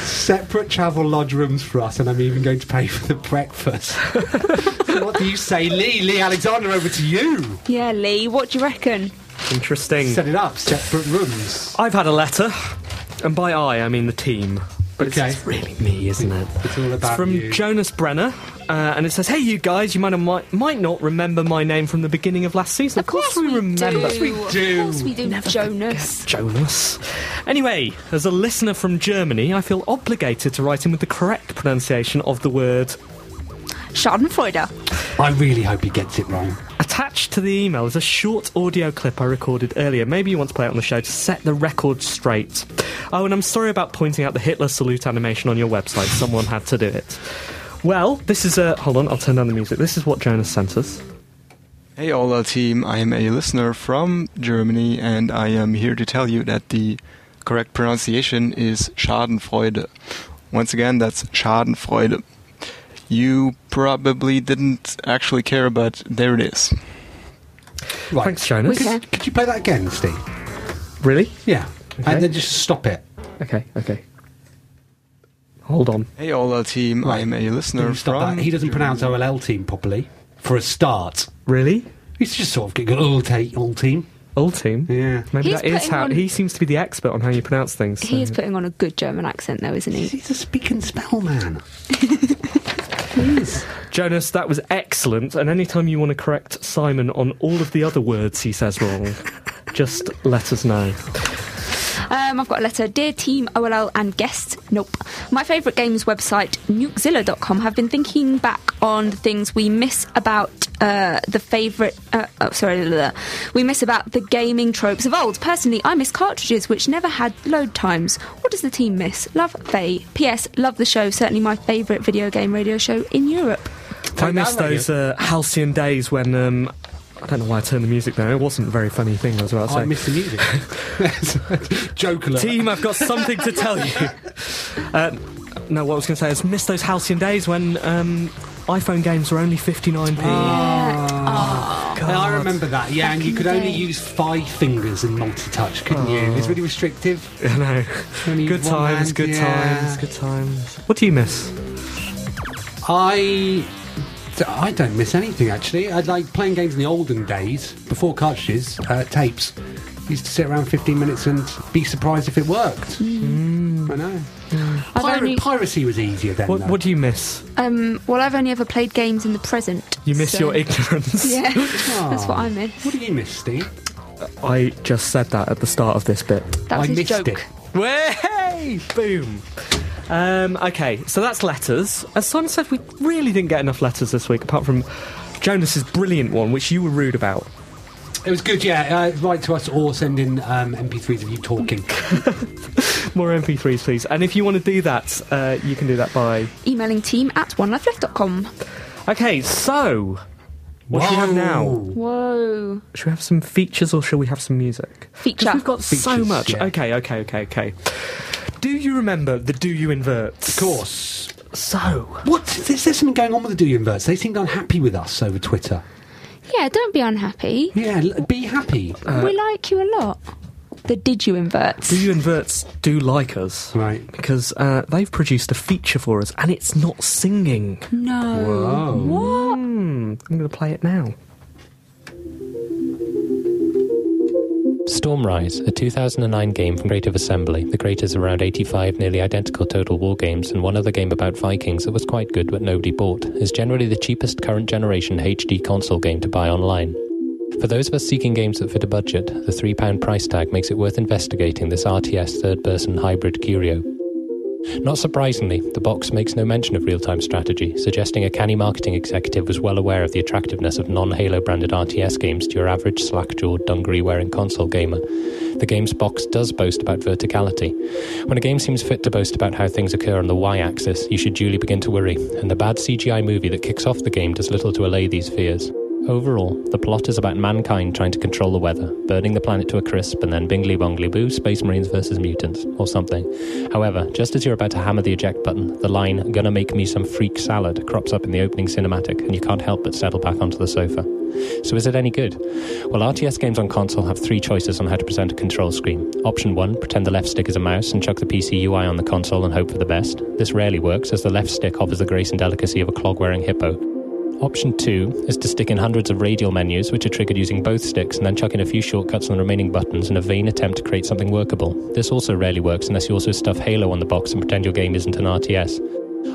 Speaker 4: separate travel lodge rooms for us, and I'm even going to pay for the breakfast. what do you say, Lee? Lee Alexander, over to you.
Speaker 5: Yeah, Lee, what do you reckon?
Speaker 3: Interesting.
Speaker 4: Set it up, separate rooms.
Speaker 3: I've had a letter, and by I, I mean the team. But
Speaker 4: Okay.
Speaker 3: it's, it's really me, isn't it?
Speaker 4: It's all about
Speaker 3: from
Speaker 4: you.
Speaker 3: Jonas Brenner, uh, and it says, "Hey, you guys, you might, have, might might not remember my name from the beginning of last season. Of, course, we remember."
Speaker 4: we do.
Speaker 5: Of course we do, Jonas.
Speaker 3: Jonas. Anyway, as a listener from Germany, I feel obligated to write in with the correct pronunciation of the word.
Speaker 5: Schadenfreude.
Speaker 4: I really hope he gets it wrong.
Speaker 3: Attached to the email is a short audio clip I recorded earlier. Maybe you want to play it on the show to set the record straight. Oh, and I'm sorry about pointing out the Hitler salute animation on your website. Someone had to do it. Well, this is a. Hold on, I'll turn down the music. This is what Jonas sent us.
Speaker 8: Hey, Ola team, I am a listener from Germany and I am here to tell you that the correct pronunciation is Schadenfreude. Once again, that's Schadenfreude. You probably didn't actually care, but there it is.
Speaker 4: Right.
Speaker 3: Thanks, Jonas.
Speaker 5: Okay.
Speaker 4: Could you play that again, Steve?
Speaker 3: Really?
Speaker 4: Yeah.
Speaker 3: Okay.
Speaker 4: And then just stop it.
Speaker 3: Okay, okay. Hold on.
Speaker 8: Hey, Ola team, I am a listener
Speaker 4: You stop
Speaker 8: from.
Speaker 4: that. He doesn't
Speaker 8: Germany.
Speaker 4: pronounce OLL team properly for a start.
Speaker 3: Really?
Speaker 4: He's just sort of getting all ta- all team.
Speaker 3: Old team?
Speaker 4: Yeah.
Speaker 3: Maybe
Speaker 5: He's
Speaker 3: that is
Speaker 5: putting
Speaker 3: how.
Speaker 5: on-
Speaker 3: He seems to be the expert on how you pronounce things.
Speaker 5: He is
Speaker 3: so-
Speaker 5: putting on a good German accent, though, isn't he?
Speaker 4: He's a speak and spell man.
Speaker 3: Jonas, that was excellent. And anytime you want to correct Simon on all of the other words he says wrong, just let us know.
Speaker 5: Um, I've got a letter. Dear team OLL and guests, nope. My favourite games website, nukezilla.com, have been thinking back on the things we miss about uh, the favourite. Uh, oh, sorry, blah, blah, blah. we miss about the gaming tropes of old. Personally, I miss cartridges, which never had load times. What does the team miss? Love Faye. P.S. Love the show. Certainly my favourite video game radio show in Europe.
Speaker 3: I miss those uh, halcyon days when. Um, I don't know why I turned the music down. It wasn't a very funny thing as well.
Speaker 4: Oh, I miss the music. Joke alert.
Speaker 3: Team, I've got something to tell you. Uh, no, what I was going to say is miss those halcyon days when um, iPhone games were only 59p.
Speaker 4: Ah.
Speaker 5: Ah.
Speaker 4: Yeah, I remember that. Yeah, and you could only
Speaker 5: day.
Speaker 4: use five fingers in multi-touch, couldn't you? It's really restrictive.
Speaker 3: Oh. I know.
Speaker 4: Only
Speaker 3: Good
Speaker 4: one
Speaker 3: times,
Speaker 4: hand,
Speaker 3: good
Speaker 4: yeah.
Speaker 3: times, good times. What do you miss?
Speaker 4: I. I don't miss anything actually. I like playing games in the olden days before cartridges, uh, tapes. Used to sit around 15 minutes and be surprised if it worked. Mm. I know.
Speaker 5: Hmm. I've
Speaker 4: Pir-
Speaker 5: only-
Speaker 4: Piracy was easier then.
Speaker 3: What,
Speaker 4: though.
Speaker 3: what do you miss?
Speaker 5: Um, well, I've only ever played games in the present.
Speaker 3: You miss
Speaker 5: so-
Speaker 3: your ignorance.
Speaker 5: Yeah, that's what I miss.
Speaker 4: What do you miss, Steve?
Speaker 3: I just said that at the start of this bit.
Speaker 5: That was
Speaker 4: I
Speaker 5: his
Speaker 4: missed
Speaker 5: joke.
Speaker 4: it.
Speaker 3: Way! Boom. Um, okay, so that's letters. As Simon said, we really didn't get enough letters this week, apart from Jonas's brilliant one, which you were rude about.
Speaker 4: It was good, yeah. Uh, write to us or send in um, MP3s of you talking.
Speaker 3: More MP3s, please. And if you want to do that, uh, you can do that by.
Speaker 5: Emailing team at onelifeleft.com.
Speaker 3: Okay, so what do we have now?
Speaker 5: Whoa.
Speaker 3: Should we have some features or shall we have some music? 'Cause
Speaker 5: Feature.
Speaker 3: We've got so
Speaker 4: Features,
Speaker 3: much.
Speaker 4: yeah.
Speaker 3: Okay, okay, okay, okay. Do you remember the Do You Inverts?
Speaker 4: Of course.
Speaker 3: So,
Speaker 4: What? Is there something going on with the Do Inverts? They seemed unhappy with us over Twitter.
Speaker 5: Yeah, don't be unhappy.
Speaker 4: Yeah, l- be happy.
Speaker 3: Uh,
Speaker 5: we like you a lot. The did you inverts?
Speaker 3: Do You Inverts do like us.
Speaker 4: Right.
Speaker 3: Because uh, they've produced a feature for us and it's not singing.
Speaker 5: no.
Speaker 3: Hmm, I'm going to play it now.
Speaker 9: Stormrise, a 2009 game from Creative Assembly. The creators of around 85 nearly identical Total War games and one other game about Vikings that was quite good but nobody bought, is generally the cheapest current generation HD console game to buy online. For those of us seeking games that fit a budget, the £3 price tag makes it worth investigating this RTS third person hybrid curio. Not surprisingly, the box makes no mention of real time strategy, suggesting a canny marketing executive was well aware of the attractiveness of non Halo branded RTS games to your average slack jawed, dungaree wearing console gamer. The game's box does boast about verticality. When a game seems fit to boast about how things occur on the y axis, you should duly begin to worry, and the bad CGI movie that kicks off the game does little to allay these fears. Overall, the plot is about mankind trying to control the weather, burning the planet to a crisp, and then bingly bongly boo, Space Marines versus mutants, or something. However, just as you're about to hammer the eject button, the line, gonna make me some freak salad, crops up in the opening cinematic, and you can't help but settle back onto the sofa. So is it any good? Well, RTS games on console have three choices on how to present a control screen. Option 1, pretend the left stick is a mouse and chuck the PC UI on the console and hope for the best. This rarely works, as the left stick offers the grace and delicacy of a clog wearing hippo. Option two is to stick in hundreds of radial menus, which are triggered using both sticks, and then chuck in a few shortcuts on the remaining buttons in a vain attempt to create something workable. This also rarely works unless you also stuff Halo on the box and pretend your game isn't an RTS.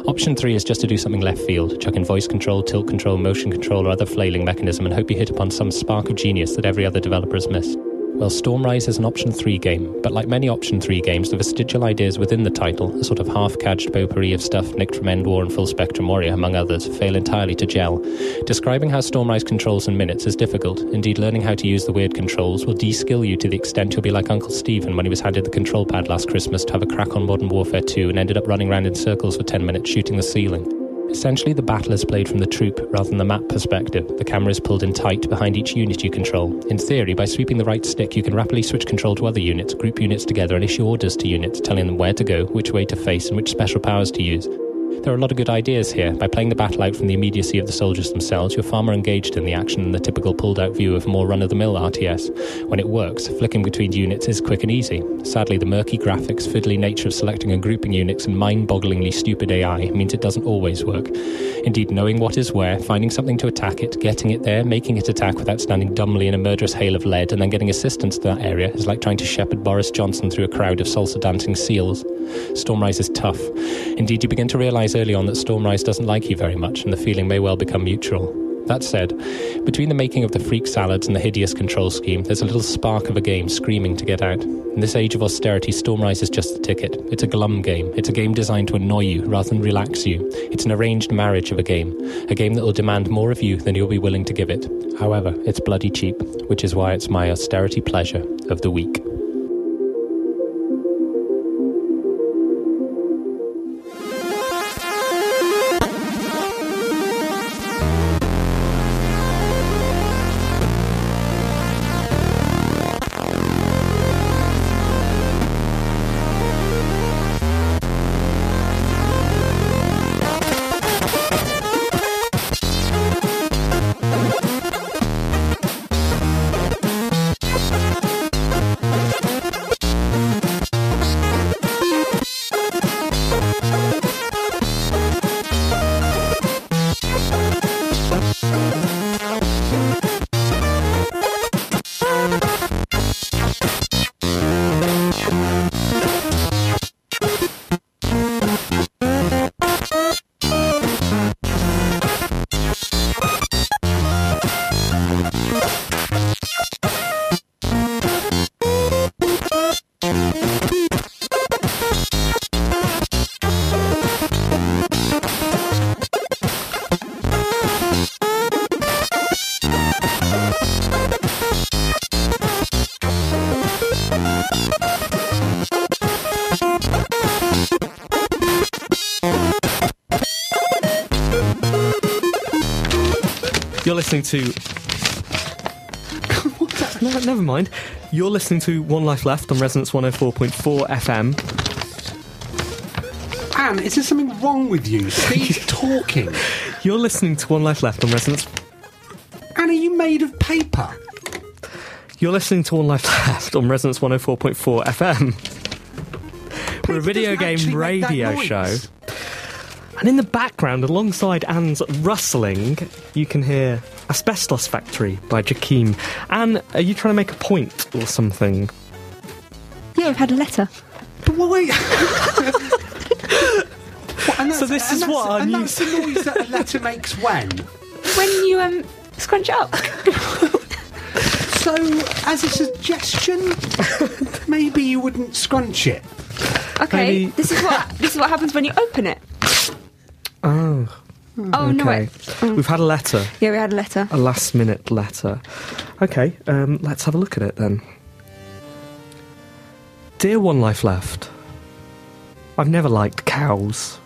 Speaker 9: Option three is just to do something left field, chuck in voice control, tilt control, motion control, or other flailing mechanism, and hope you hit upon some spark of genius that every other developer has missed. Well, Stormrise is an Option 3 game, but like many Option 3 games, the vestigial ideas within the title, a sort of half cadged potpourri of stuff nicked from End War and Full Spectrum Warrior, among others, fail entirely to gel. Describing how Stormrise controls in minutes is difficult. Indeed, learning how to use the weird controls will de skill you to the extent you'll be like Uncle Stephen when he was handed the control pad last Christmas to have a crack on Modern Warfare 2 and ended up running around in circles for 10 minutes shooting the ceiling. Essentially, the battle is played from the troop rather than the map perspective. The camera is pulled in tight behind each unit you control. In theory, by sweeping the right stick, you can rapidly switch control to other units, group units together, and issue orders to units, telling them where to go, which way to face, and which special powers to use. There are a lot of good ideas here. By playing the battle out from the immediacy of the soldiers themselves, you're far more engaged in the action than the typical pulled out view of more run of the mill RTS. When it works, flicking between units is quick and easy. Sadly, the murky graphics, fiddly nature of selecting and grouping units, and mind bogglingly stupid AI means it doesn't always work. Indeed, knowing what is where, finding something to attack it, getting it there, making it attack without standing dumbly in a murderous hail of lead, and then getting assistance to that area is like trying to shepherd Boris Johnson through a crowd of salsa dancing seals. Stormrise is tough. Indeed, you begin to realise early on that Stormrise doesn't like you very much, and the feeling may well become mutual. That said, between the making of the freak salads and the hideous control scheme, there's a little spark of a game screaming to get out. In this age of austerity, Stormrise is just the ticket. It's a glum game. It's a game designed to annoy you rather than relax you. It's an arranged marriage of a game, a game that will demand more of you than you'll be willing to give it. However, it's bloody cheap, which is why it's my austerity pleasure of the week.
Speaker 3: You're listening to. no, never mind. You're listening to One oh Life Left on Resonance 104.4 FM.
Speaker 4: Anne, is there something wrong with you? Steve talking.
Speaker 3: You're listening to One Life Left on Resonance.
Speaker 4: Anne, are you made of paper?
Speaker 3: You're listening to One Life Left on Resonance 104.4 FM. We're
Speaker 4: Paper
Speaker 3: a video
Speaker 4: doesn't
Speaker 3: game
Speaker 4: actually make that
Speaker 3: radio
Speaker 4: noise.
Speaker 3: show. And in the background, alongside Anne's rustling, you can hear Asbestos Factory by Jakeem. Anne, are you trying to make a point or something?
Speaker 5: Yeah, I've had a letter.
Speaker 4: But why? What, and
Speaker 3: So this
Speaker 4: that's- and
Speaker 3: is
Speaker 4: that's-
Speaker 3: what our
Speaker 4: and
Speaker 3: new-
Speaker 4: that's the noise that a letter makes when.
Speaker 5: When you um scrunch it up.
Speaker 4: So, as a suggestion, maybe you wouldn't scrunch it.
Speaker 5: Okay,
Speaker 3: Maybe-
Speaker 5: this is what this is what happens when you open it.
Speaker 3: Oh,
Speaker 5: Oh no!
Speaker 3: okay.
Speaker 5: Wait. Mm.
Speaker 3: We've had a letter.
Speaker 5: Yeah, we had a letter.
Speaker 3: a last minute letter. Okay, um, let's have a look at it then. Dear One Life Left, I've never liked cows.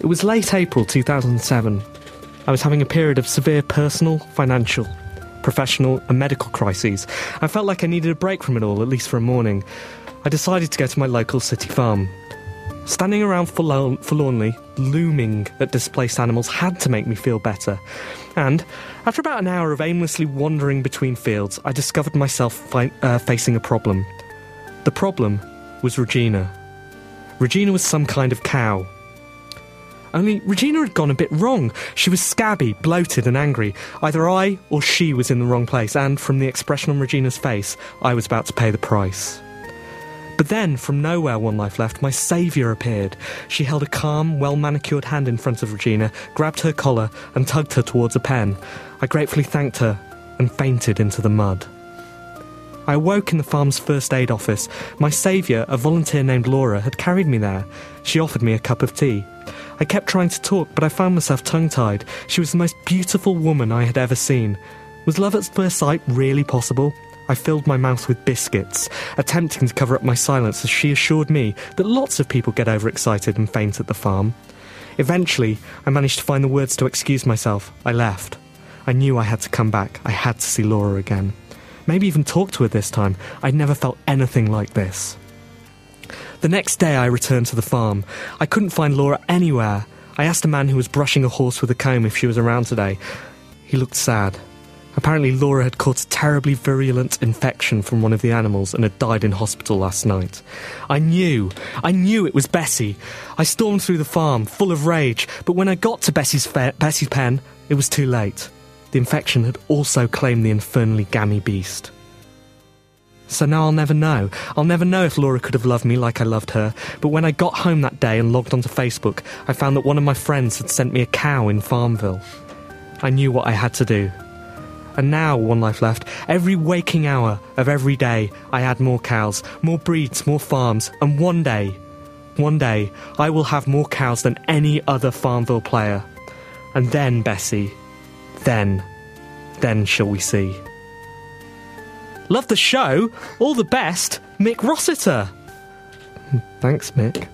Speaker 3: It was late April 2007. I was having a period of severe personal, financial, professional, and medical crises. I felt like I needed a break from it all, at least for a morning. I decided to go to my local city farm. Standing around forlorn, forlornly, looming at displaced animals had to make me feel better. And, after about an hour of aimlessly wandering between fields, I discovered myself fi- uh, facing a problem. The problem was Regina. Regina was some kind of cow. Only Regina had gone a bit wrong. She was scabby, bloated, and angry. Either I or she was in the wrong place, and from the expression on Regina's face, I was about to pay the price. But then, from nowhere, one life left, my saviour appeared. She held a calm, well manicured hand in front of Regina, grabbed her collar, and tugged her towards a pen. I gratefully thanked her and fainted into the mud. I awoke in the farm's first aid office. My saviour, a volunteer named Laura, had carried me there. She offered me a cup of tea. I kept trying to talk, but I found myself tongue tied. She was the most beautiful woman I had ever seen. Was love at first sight really possible? I filled my mouth with biscuits, attempting to cover up my silence as she assured me that lots of people get overexcited and faint at the farm. Eventually, I managed to find the words to excuse myself. I left. I knew I had to come back. I had to see Laura again. Maybe even talk to her this time. I'd never felt anything like this. The next day, I returned to the farm. I couldn't find Laura anywhere. I asked a man who was brushing a horse with a comb if she was around today. He looked sad. Apparently, Laura had caught a terribly virulent infection from one of the animals and had died in hospital last night. I knew, I knew it was Bessie. I stormed through the farm, full of rage, but when I got to Bessie's, fe- Bessie's pen, it was too late. The infection had also claimed the infernally gammy beast. So now I'll never know. I'll never know if Laura could have loved me like I loved her. But when I got home that day and logged onto Facebook, I found that one of my friends had sent me a cow in Farmville. I knew what I had to do. And now, one life left, every waking hour of every day, I add more cows, more breeds, more farms, and one day, one day, I will have more cows than any other Farmville player. And then, Bessie, then, then shall we see. Love the show. All the best, Mick Rossiter. Thanks, Mick.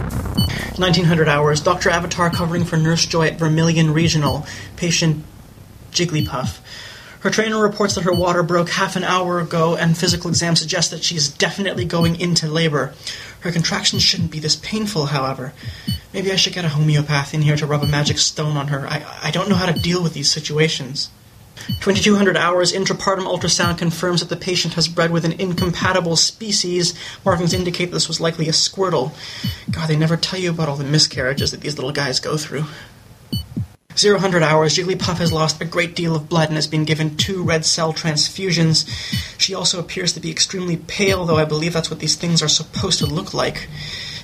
Speaker 10: 1900 hours. Dr. Avatar covering for Nurse Joy at Vermilion Regional. Patient Jigglypuff. Her trainer reports that her water broke half an hour ago, and physical exam suggests that she is definitely going into labor. Her contractions shouldn't be this painful, however. Maybe I should get a homeopath in here to rub a magic stone on her. I, I don't know how to deal with these situations. 2200 hours intrapartum ultrasound confirms that the patient has bred with an incompatible species. Markings indicate this was likely a squirtle. God, they never tell you about all the miscarriages that these little guys go through. Zero hundred hours, Jigglypuff has lost a great deal of blood and has been given two red cell transfusions. She also appears to be extremely pale, though I believe that's what these things are supposed to look like.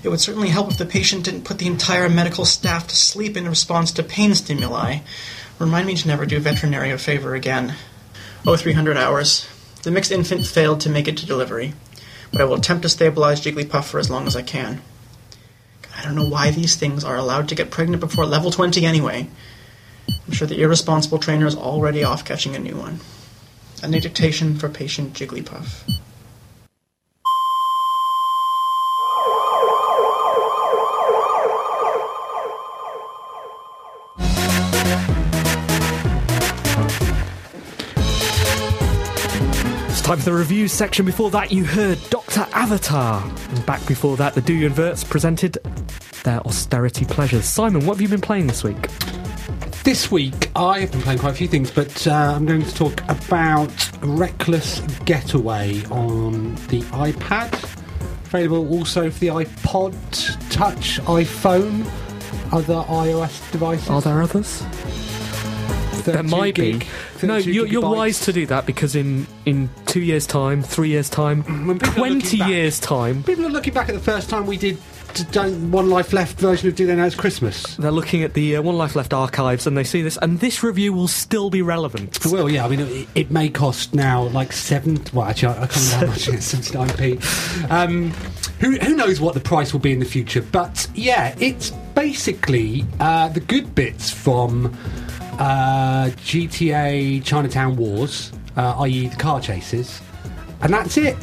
Speaker 10: It would certainly help if the patient didn't put the entire medical staff to sleep in response to pain stimuli. Remind me to never do veterinary a favor again. Oh, 0300 hours. The mixed infant failed to make it to delivery, but I will attempt to stabilize Jigglypuff for as long as I can. I don't know why these things are allowed to get pregnant before level 20 anyway. I'm sure the irresponsible trainer is already off catching a new one. An dictation for patient Jigglypuff.
Speaker 3: It's time for the review section. Before that, you heard Dr. Avatar. And back before that, the Do You Inverts presented their austerity pleasures. Simon, what have you been playing this week?
Speaker 4: This week, I've been playing quite a few things, but uh, I'm going to talk about Reckless Getaway on the iPad. Available also for the iPod, Touch, iPhone, other iOS devices.
Speaker 3: Are there others? There
Speaker 4: 32
Speaker 3: might
Speaker 4: gig,
Speaker 3: be. No,
Speaker 4: 32
Speaker 3: you're, you're
Speaker 4: gigabytes.
Speaker 3: wise to do that because in in two years' time, three years' time,
Speaker 4: people are
Speaker 3: twenty
Speaker 4: looking back-
Speaker 3: years' time,
Speaker 4: People are looking back at the first time we did d- don't One Life Left version of Do They Know It's Christmas.
Speaker 3: they're looking at the uh, One Life Left archives and they see this, and this review will still be relevant.
Speaker 4: Well, yeah, I mean, it, it may cost now like seven. Well, actually, I, I can't remember how much it is, 79p. Um, who, who knows what the price will be in the future? But yeah, it's basically uh, the good bits from uh, GTA Chinatown Wars, uh, i.e., the car chases, and that's it.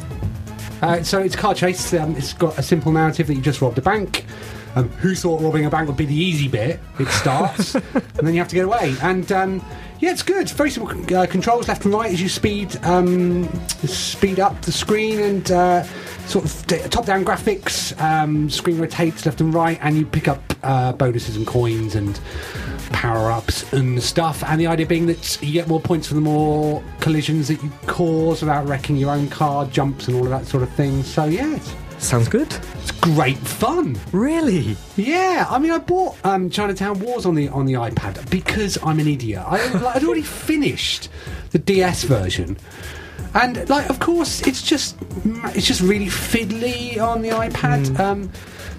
Speaker 4: Uh, so it's a car chase. Um, it's got a simple narrative that you just robbed a bank. Um, who thought robbing a bank would be the easy bit? It starts, and then you have to get away. And um, yeah, it's good. Very simple con- uh, controls, left and right as you speed um, speed up the screen, and uh, sort of t- top-down graphics. Um, screen rotates left and right, and you pick up uh, bonuses and coins and power-ups and stuff. And the idea being that you get more points for the more collisions that you cause without wrecking your own car, jumps, and all of that sort of thing. So yeah, it's,
Speaker 3: Sounds good.
Speaker 4: it's great fun.
Speaker 3: Really?
Speaker 4: Yeah, I mean, I bought um, Chinatown Wars on the on the iPad because I'm an idiot. I, like, I'd already finished the DS version, and like, of course, it's just mm, it's just really fiddly on the iPad. Um,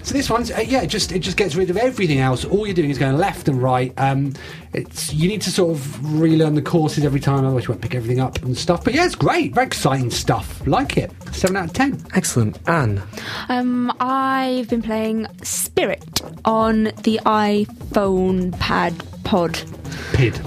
Speaker 4: so this one's uh, yeah, it just it just gets rid of everything else. All you're doing is going left and right. Um, it's you need to sort of relearn the courses every time, otherwise you won't pick everything up and stuff. But yeah, it's great, very exciting stuff. Like it, seven out of ten.
Speaker 3: Excellent. Anne,
Speaker 5: Um, I've been playing Spirit on the iPhone Pad Pod
Speaker 4: Pid.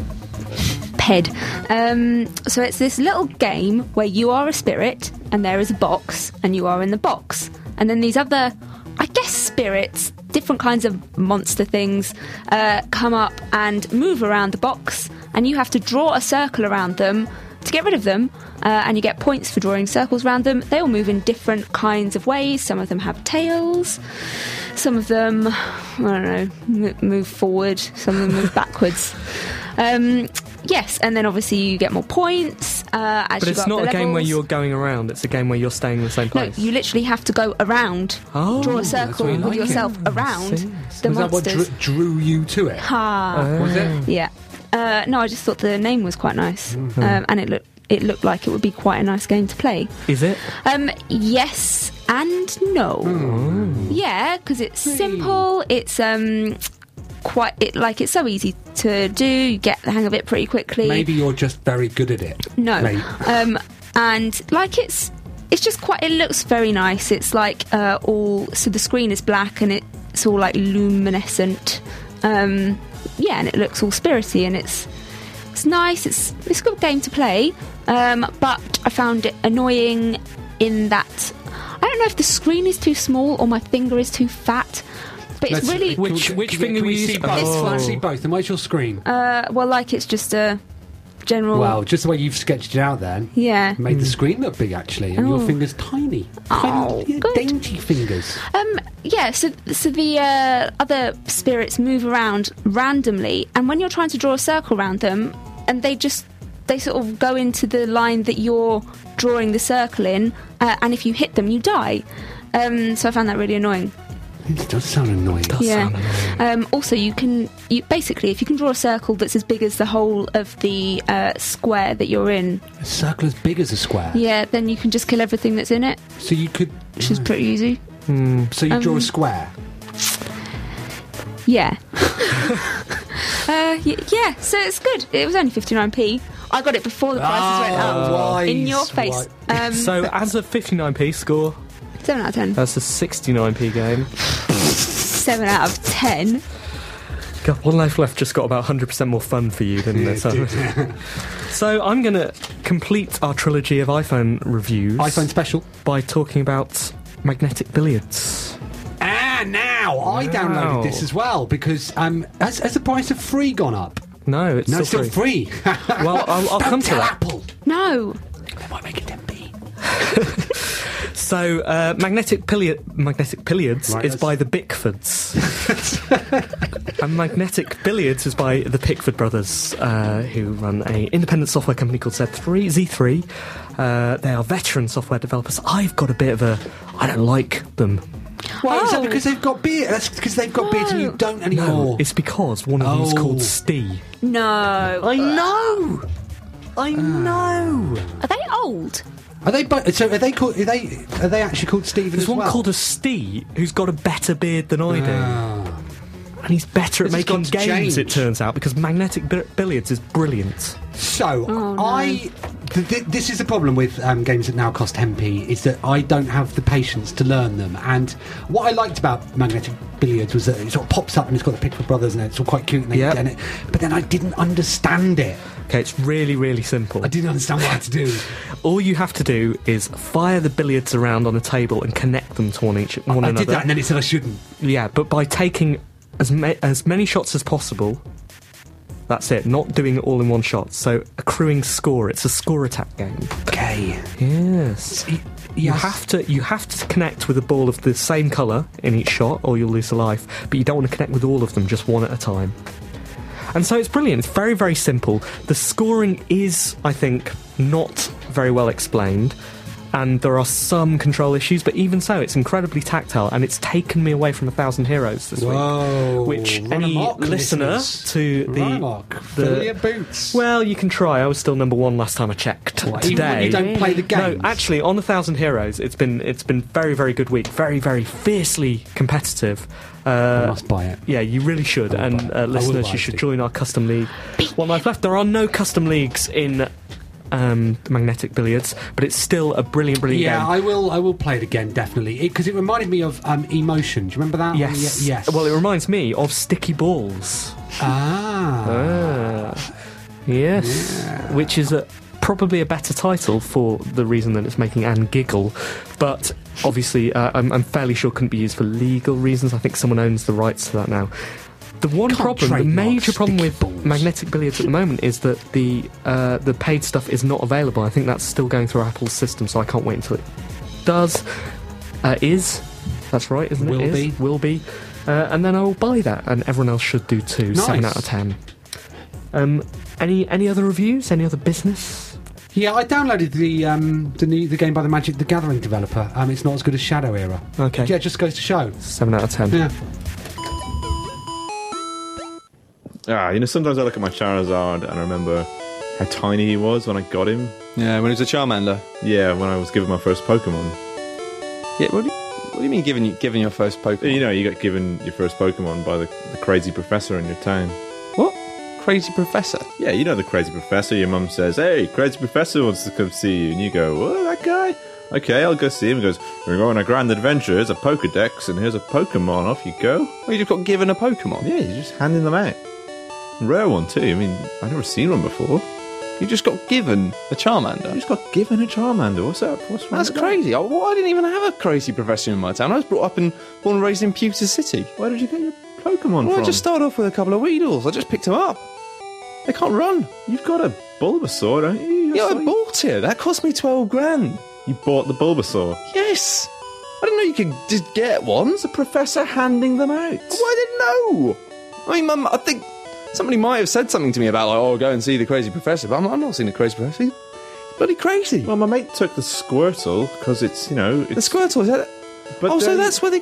Speaker 5: Ped. Um, so it's this little game where you are a spirit and there is a box and you are in the box. And then these other, I guess, spirits, different kinds of monster things, uh, come up and move around the box and you have to draw a circle around them to get rid of them. Uh, and you get points for drawing circles around them. They all move in different kinds of ways. Some of them have tails. Some of them, I don't know, m- move forward. Some of them move backwards. Um, yes, and then obviously you get more points. Uh, as
Speaker 3: but
Speaker 5: you
Speaker 3: it's
Speaker 5: go up
Speaker 3: not a
Speaker 5: the
Speaker 3: game where
Speaker 5: levels.
Speaker 3: you're going around. It's a game where you're staying in the same
Speaker 5: No,
Speaker 3: place.
Speaker 5: you literally have to go around,
Speaker 3: Oh,
Speaker 5: draw a
Speaker 3: that's
Speaker 5: circle
Speaker 3: what I
Speaker 5: with
Speaker 3: like it.
Speaker 5: yourself
Speaker 3: I
Speaker 5: around
Speaker 3: see.
Speaker 5: the
Speaker 4: Was that what
Speaker 5: monsters.
Speaker 4: drew, drew you to it?
Speaker 5: Ah.
Speaker 4: Was it?
Speaker 5: Yeah. Uh, no, I just thought the name was quite nice,
Speaker 3: Mm-hmm.
Speaker 5: um, and it looked it looked like it would be quite a nice game to play.
Speaker 3: Is it?
Speaker 5: Um, yes and no.
Speaker 3: Hmm.
Speaker 5: Yeah, because it's simple. It's um quite it like it's so easy to do. You get the hang of it pretty quickly.
Speaker 4: Maybe you're just very good at it.
Speaker 5: No.
Speaker 4: Mate.
Speaker 5: Um, and like it's it's just quite it looks very nice. It's like uh, all so the screen is black and it's all like luminescent. Um, yeah, and it looks all spirity and it's it's nice. It's it's a good game to play. Um, but I found it annoying in that I don't know if the screen is too small or my finger is too fat, but
Speaker 4: Let's-
Speaker 5: it's really
Speaker 4: can we-
Speaker 9: Which-
Speaker 4: can
Speaker 9: which
Speaker 4: we-
Speaker 9: finger
Speaker 4: can we
Speaker 9: were you
Speaker 4: see
Speaker 9: using?
Speaker 4: both?
Speaker 5: This
Speaker 4: Can we
Speaker 5: one.
Speaker 4: see both. And where's your screen?
Speaker 5: uh, well, like it's just a general.
Speaker 4: well, just the way you've sketched it out, then
Speaker 5: Oh. yeah.
Speaker 4: made
Speaker 3: Hmm.
Speaker 4: the screen look big actually, and
Speaker 5: Oh.
Speaker 4: your fingers tiny,
Speaker 5: Oh,
Speaker 4: tiny, yeah,
Speaker 5: good.
Speaker 4: dainty fingers.
Speaker 5: Um, yeah, so, so the uh, other spirits move around randomly, and when you're trying to draw a circle around them, and they just they sort of go into the line that you're drawing the circle in, uh, and if you hit them, you die. Um, so I found that really annoying.
Speaker 4: It does sound annoying.
Speaker 5: yeah. Um, also, you can you basically if you can draw a circle that's as big as the whole of the uh, square that you're in,
Speaker 4: A circle as big as a square.
Speaker 5: yeah, then you can just kill everything that's in it,
Speaker 4: So you could.
Speaker 5: which is pretty easy.
Speaker 3: Hmm.
Speaker 4: So you draw
Speaker 5: Um,
Speaker 4: a square.
Speaker 5: Yeah. uh, y- yeah, so it's good. It was only 59p. I got it before the prices went
Speaker 4: Ah,
Speaker 5: up. In your face. Um,
Speaker 3: Ah, So, as a 59p score,
Speaker 5: 7 out of 10.
Speaker 3: that's a 69p game.
Speaker 5: 7 out of 10.
Speaker 3: God, One Life Left just got about 100% more fun for you, didn't it? So, so I'm going to complete our trilogy of iPhone reviews
Speaker 4: iPhone special.
Speaker 3: by talking about magnetic billiards.
Speaker 4: Ah, now I
Speaker 3: Wow.
Speaker 4: downloaded this as well because um, has, has the price of free gone up?
Speaker 3: No, it's
Speaker 4: No, it's
Speaker 3: still,
Speaker 4: still
Speaker 3: free.
Speaker 4: free.
Speaker 3: Well, I'll- I'll
Speaker 4: Don't
Speaker 3: come to
Speaker 4: tell
Speaker 3: that.
Speaker 4: Apple.
Speaker 5: No.
Speaker 4: They might make it 10p.
Speaker 3: So, uh, magnetic billiard, magnetic billiards
Speaker 4: Right,
Speaker 3: is
Speaker 4: that's-
Speaker 3: by the Bickfords, and magnetic billiards is by the Pickford brothers, uh, who run a independent software company called Z3. Z3. Uh, they are veteran software developers. I've got a bit of a, I don't like them.
Speaker 4: Why is that?
Speaker 5: Oh.
Speaker 4: Because they've got beer. That's because they've got beer and you
Speaker 5: No.
Speaker 4: don't anymore.
Speaker 3: It's because one of them's called
Speaker 4: Oh.
Speaker 3: Stee.
Speaker 5: No.
Speaker 3: I know. I know.
Speaker 5: Ah. Are they old?
Speaker 4: are they? bu- So are they called? Are they? Are they actually called Steven?
Speaker 3: There's
Speaker 4: as
Speaker 3: one
Speaker 4: well?
Speaker 3: called a Stee who's got a better beard than I do.
Speaker 4: Ah.
Speaker 3: And he's better at
Speaker 4: This has
Speaker 3: making
Speaker 4: got to
Speaker 3: games, it
Speaker 4: change.
Speaker 3: turns out, because magnetic bi- billiards is brilliant.
Speaker 4: So
Speaker 5: Oh, no.
Speaker 4: I, th- th- this is the problem with um, games that now cost 10p is that I don't have the patience to learn them. And what I liked about Magnetic Billiards was that it sort of pops up and it's got the Pickford Brothers and it's all quite cute and, they,
Speaker 3: Yep.
Speaker 4: and it, but then I didn't understand it.
Speaker 3: Okay, it's really, really simple.
Speaker 4: I didn't understand what I had to do.
Speaker 3: All you have to do is fire the billiards around on a table and connect them to one each one
Speaker 4: I
Speaker 3: another.
Speaker 4: did that and then it said I shouldn't.
Speaker 3: Yeah, but by taking as ma- as many shots as possible. That's it. Not doing it all in one shot. So accruing score. It's a score attack game.
Speaker 4: Okay.
Speaker 3: Yes.
Speaker 4: Y-
Speaker 3: You
Speaker 4: yes.
Speaker 3: have to you have to connect with a ball of the same colour in each shot, or you'll lose a life. But you don't want to connect with all of them, just one at a time. And so it's brilliant. It's very very simple. The scoring is, I think, not very well explained, and there are some control issues. But even so, it's incredibly tactile, and it's taken me away from a thousand heroes this
Speaker 4: Whoa,
Speaker 3: week. Which
Speaker 4: run
Speaker 3: any
Speaker 4: amok,
Speaker 3: listener
Speaker 4: listeners.
Speaker 3: to the,
Speaker 4: Run amok.
Speaker 3: the
Speaker 4: Fill your boots.
Speaker 3: Well, you can try. I was still number one last time I checked.
Speaker 4: What,
Speaker 3: today,
Speaker 4: even when you don't play the games?
Speaker 3: no, actually, on a thousand heroes, it's been it's been very very good week, very very fiercely competitive.
Speaker 4: I
Speaker 3: Uh,
Speaker 4: must buy it.
Speaker 3: yeah, you really should,
Speaker 4: I will
Speaker 3: and
Speaker 4: buy it. I
Speaker 3: uh,
Speaker 4: will
Speaker 3: listeners,
Speaker 4: buy
Speaker 3: you
Speaker 4: it,
Speaker 3: should
Speaker 4: Steve.
Speaker 3: join our custom league. One life left. There are no custom leagues in um, magnetic billiards, but it's still a brilliant brilliant
Speaker 4: Yeah,
Speaker 3: game.
Speaker 4: I will. I will play it again definitely because it, reminded me of um, emotion. Do you remember that?
Speaker 3: Yes.
Speaker 4: Ye- yes.
Speaker 3: Well, it reminds me of sticky balls.
Speaker 4: ah.
Speaker 3: Ah, yes. Which is a, probably a better title for the reason that it's making Anne giggle, but obviously uh, I'm, I'm fairly sure couldn't be used for legal reasons. I think someone owns the rights to that now. The one
Speaker 4: Can't
Speaker 3: problem, the
Speaker 4: trademark
Speaker 3: major problem
Speaker 4: sticky
Speaker 3: with
Speaker 4: balls.
Speaker 3: magnetic billiards at the moment is that the uh, the paid stuff is not available. I think that's still going through Apple's system, so I can't wait until it does. Uh, is that's right, isn't
Speaker 4: Will
Speaker 3: it? Is.
Speaker 4: be.
Speaker 3: will be, uh, and then I will buy that, and everyone else should do too. Seven
Speaker 4: Nice.
Speaker 3: out of ten. Um, any any other reviews? Any other business?
Speaker 4: Yeah, I downloaded the um, the new the game by the Magic the Gathering developer. Um, it's not as good as Shadow Era.
Speaker 3: Okay.
Speaker 4: Yeah, it just goes to show.
Speaker 3: Seven out of ten.
Speaker 4: Yeah.
Speaker 11: Ah, you know, sometimes I look at my Charizard and I remember how tiny he was when I got him.
Speaker 8: Yeah, when it was a Charmander.
Speaker 11: Yeah, when I was given my first Pokemon.
Speaker 8: Yeah, what do you, what do you mean giving, giving your first Pokemon?
Speaker 11: You know, you got given your first Pokemon by the, the crazy professor in your town.
Speaker 8: what? Crazy Professor.
Speaker 11: Yeah, you know the crazy professor. Your mum says, "Hey, crazy professor wants to come see you," and you go, "Oh, that guy." Okay, I'll go see him. He goes, "We're going on a grand adventure. Here's a Pokedex, and here's a Pokemon. Off you go."
Speaker 8: Oh, you just got given a Pokemon?
Speaker 11: Yeah, you're just handing them out. Rare one too. I mean, I've never seen one before.
Speaker 12: You just got given a Charmander. You
Speaker 11: just got given a Charmander. What's up? What's wrong
Speaker 12: That's
Speaker 11: with that?
Speaker 12: crazy. I, well, I didn't even have a crazy professor in my town. I was brought up and born and raised in Pewter City.
Speaker 11: Where did you get your Pokemon
Speaker 12: Well, I
Speaker 11: from?
Speaker 12: just started off with a couple of Weedles. I just picked them up. They can't run.
Speaker 11: You've got a Bulbasaur, don't you?
Speaker 12: Yeah, I bought it. That cost me 12 grand.
Speaker 11: You bought the Bulbasaur.
Speaker 12: Yes. I didn't know you could just get one. It's a professor handing them out. Oh, I didn't know. I mean, Mum, I think somebody might have said something to me about, like, oh, go and see the crazy professor. But I'm, I'm not seeing the crazy professor. He's bloody crazy.
Speaker 11: Well, my mate took the Squirtle because it's you know
Speaker 12: the
Speaker 11: it's
Speaker 12: Squirtle, is that...
Speaker 11: But
Speaker 12: oh, so
Speaker 11: then-
Speaker 12: that's where they...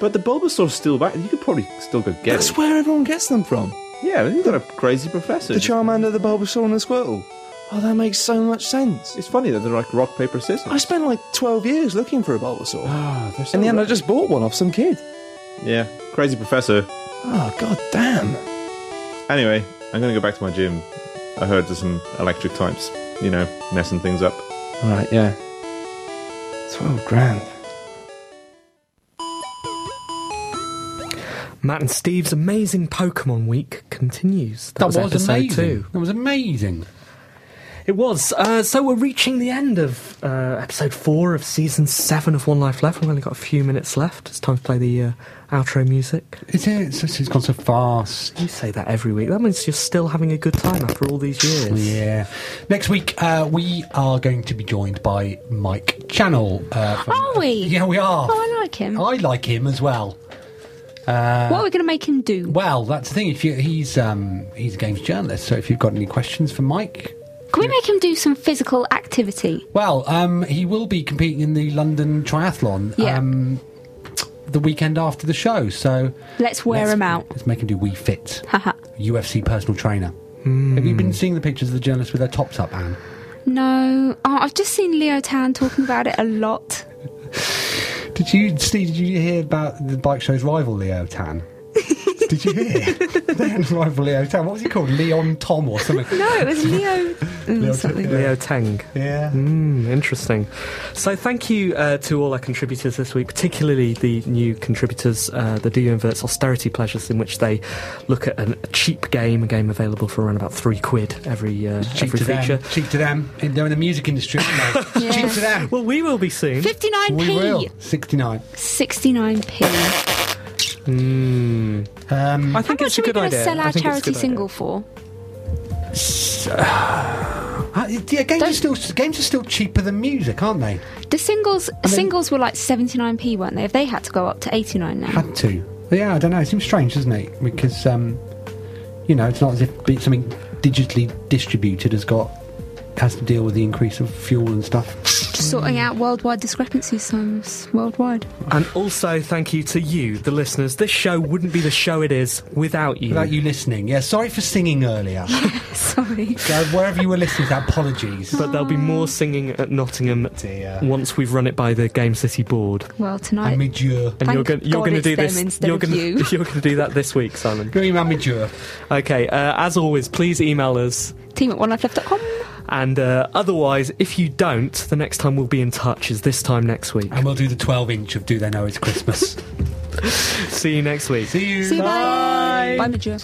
Speaker 11: but the Bulbasaur's still back. You could probably still go get
Speaker 12: That's
Speaker 11: it.
Speaker 12: where everyone gets them from.
Speaker 11: yeah, you've got a crazy professor.
Speaker 12: The Charmander, the Bulbasaur, and the Squirtle. Oh, that makes so much sense.
Speaker 11: it's funny that they're like rock paper scissors.
Speaker 12: I spent like 12 years looking for a Bulbasaur.
Speaker 11: Ah, they're so
Speaker 12: In the end, I
Speaker 11: rare.
Speaker 12: just bought one off some kid.
Speaker 11: yeah, crazy professor.
Speaker 12: Oh, god damn.
Speaker 11: Anyway, I'm gonna go back to my gym. I heard there's some electric types, you know, messing things up.
Speaker 12: Alright, yeah. 12 grand.
Speaker 3: Matt and Steve's amazing Pokemon week continues. That, was, episode
Speaker 4: amazing.
Speaker 3: two.
Speaker 4: That was amazing.
Speaker 3: It was. Uh, so we're reaching the end of uh, episode four of season seven of One Life Left. We've only got a few minutes left. It's time to play the uh, outro music.
Speaker 4: It's, it's, it's gone so fast.
Speaker 3: You say that every week. That means you're still having a good time after all these years.
Speaker 4: Yeah. Next week, uh, we are going to be joined by Mike Channel. Uh, from-
Speaker 5: Are we?
Speaker 4: Yeah, we are.
Speaker 5: Oh, I like him.
Speaker 4: I like him as well. Uh,
Speaker 3: Uh.
Speaker 5: what are we going to make him do?
Speaker 4: Well, that's the thing. If you, he's um, he's a games journalist, so if you've got any questions for Mike,
Speaker 5: Can we make him do some physical activity?
Speaker 4: well, um, he will be competing in the London Triathlon.
Speaker 5: Yeah.
Speaker 4: Um, the weekend after the show, so
Speaker 5: Let's wear
Speaker 4: let's-
Speaker 5: him out.
Speaker 4: Let's make him do We Fit.
Speaker 5: Haha.
Speaker 4: UFC personal trainer. Have you been seeing the pictures of the journalists with their tops up, Anne?
Speaker 5: no, oh, I've just seen Leo Tan talking about it a lot.
Speaker 4: Did you, Steve? Did you hear about the bike show's rival, Leo Tan? did you hear? Their rival Leo Tan. What was he called? Leon Tom or something?
Speaker 5: No, it was Leo.
Speaker 4: Leo
Speaker 5: Mm, something.
Speaker 3: Leo Tang.
Speaker 4: Yeah.
Speaker 3: Mm, interesting. So, thank you uh, to all our contributors this week, particularly the new contributors, uh, the Do You Invert's Austerity Pleasures, in which they look at an, a cheap game, a game available for around about three quid every uh,
Speaker 4: Cheap
Speaker 3: every
Speaker 4: to
Speaker 3: feature.
Speaker 4: them. Cheap to them. In- They're in the music industry, aren't they?
Speaker 5: Yeah.
Speaker 4: Cheap to them.
Speaker 3: Well, we will be soon.
Speaker 5: 59p.
Speaker 4: We will. 69.
Speaker 5: 69p.
Speaker 3: Mm.
Speaker 4: Um,
Speaker 3: I
Speaker 5: How
Speaker 3: think it's
Speaker 5: much
Speaker 3: a
Speaker 5: are we
Speaker 3: good
Speaker 5: going to
Speaker 3: idea.
Speaker 5: sell
Speaker 3: I
Speaker 5: our
Speaker 3: think it's a
Speaker 5: charity
Speaker 3: good idea.
Speaker 5: single for?
Speaker 4: uh, yeah, games are,
Speaker 5: Don't-
Speaker 4: still, games are still cheaper than music, aren't they?
Speaker 5: The singles
Speaker 4: mean-
Speaker 5: singles were like 79p, weren't they? If they had to go up to 89 now.
Speaker 4: Had to. Yeah, I don't know. It seems strange, doesn't it? Because, um, you know, it's not as if be- something digitally distributed has got. Has to deal with the increase of fuel and stuff.
Speaker 5: Just sorting out worldwide discrepancies, Sims. Worldwide.
Speaker 3: And also, thank you to you, the listeners. This show wouldn't be the show it is without you.
Speaker 4: Without you listening, yeah. Sorry for singing earlier.
Speaker 5: Sorry.
Speaker 4: so wherever you were listening, to that, apologies. Oh,
Speaker 3: But there'll be more singing at Nottingham
Speaker 4: Dear.
Speaker 3: once we've run it by the Game City board.
Speaker 5: Well, tonight.
Speaker 4: Amidure.
Speaker 3: And you're
Speaker 5: Thank
Speaker 3: going you're going
Speaker 5: God
Speaker 3: to
Speaker 5: it's
Speaker 3: do
Speaker 5: them
Speaker 3: this.
Speaker 5: instead
Speaker 3: you're
Speaker 5: of
Speaker 3: gonna,
Speaker 5: you.
Speaker 3: are going to do that this week, Simon.
Speaker 4: Grim Amidure.
Speaker 3: Okay. Uh, as always, please email us.
Speaker 5: Team at onelifeleft.com.
Speaker 3: And uh, otherwise, if you don't, the next time we'll be in touch is this time next week.
Speaker 4: And we'll do the 12 inch of Do They Know It's Christmas.
Speaker 3: See you next week.
Speaker 4: See you.
Speaker 5: See you, bye. Bye, Major.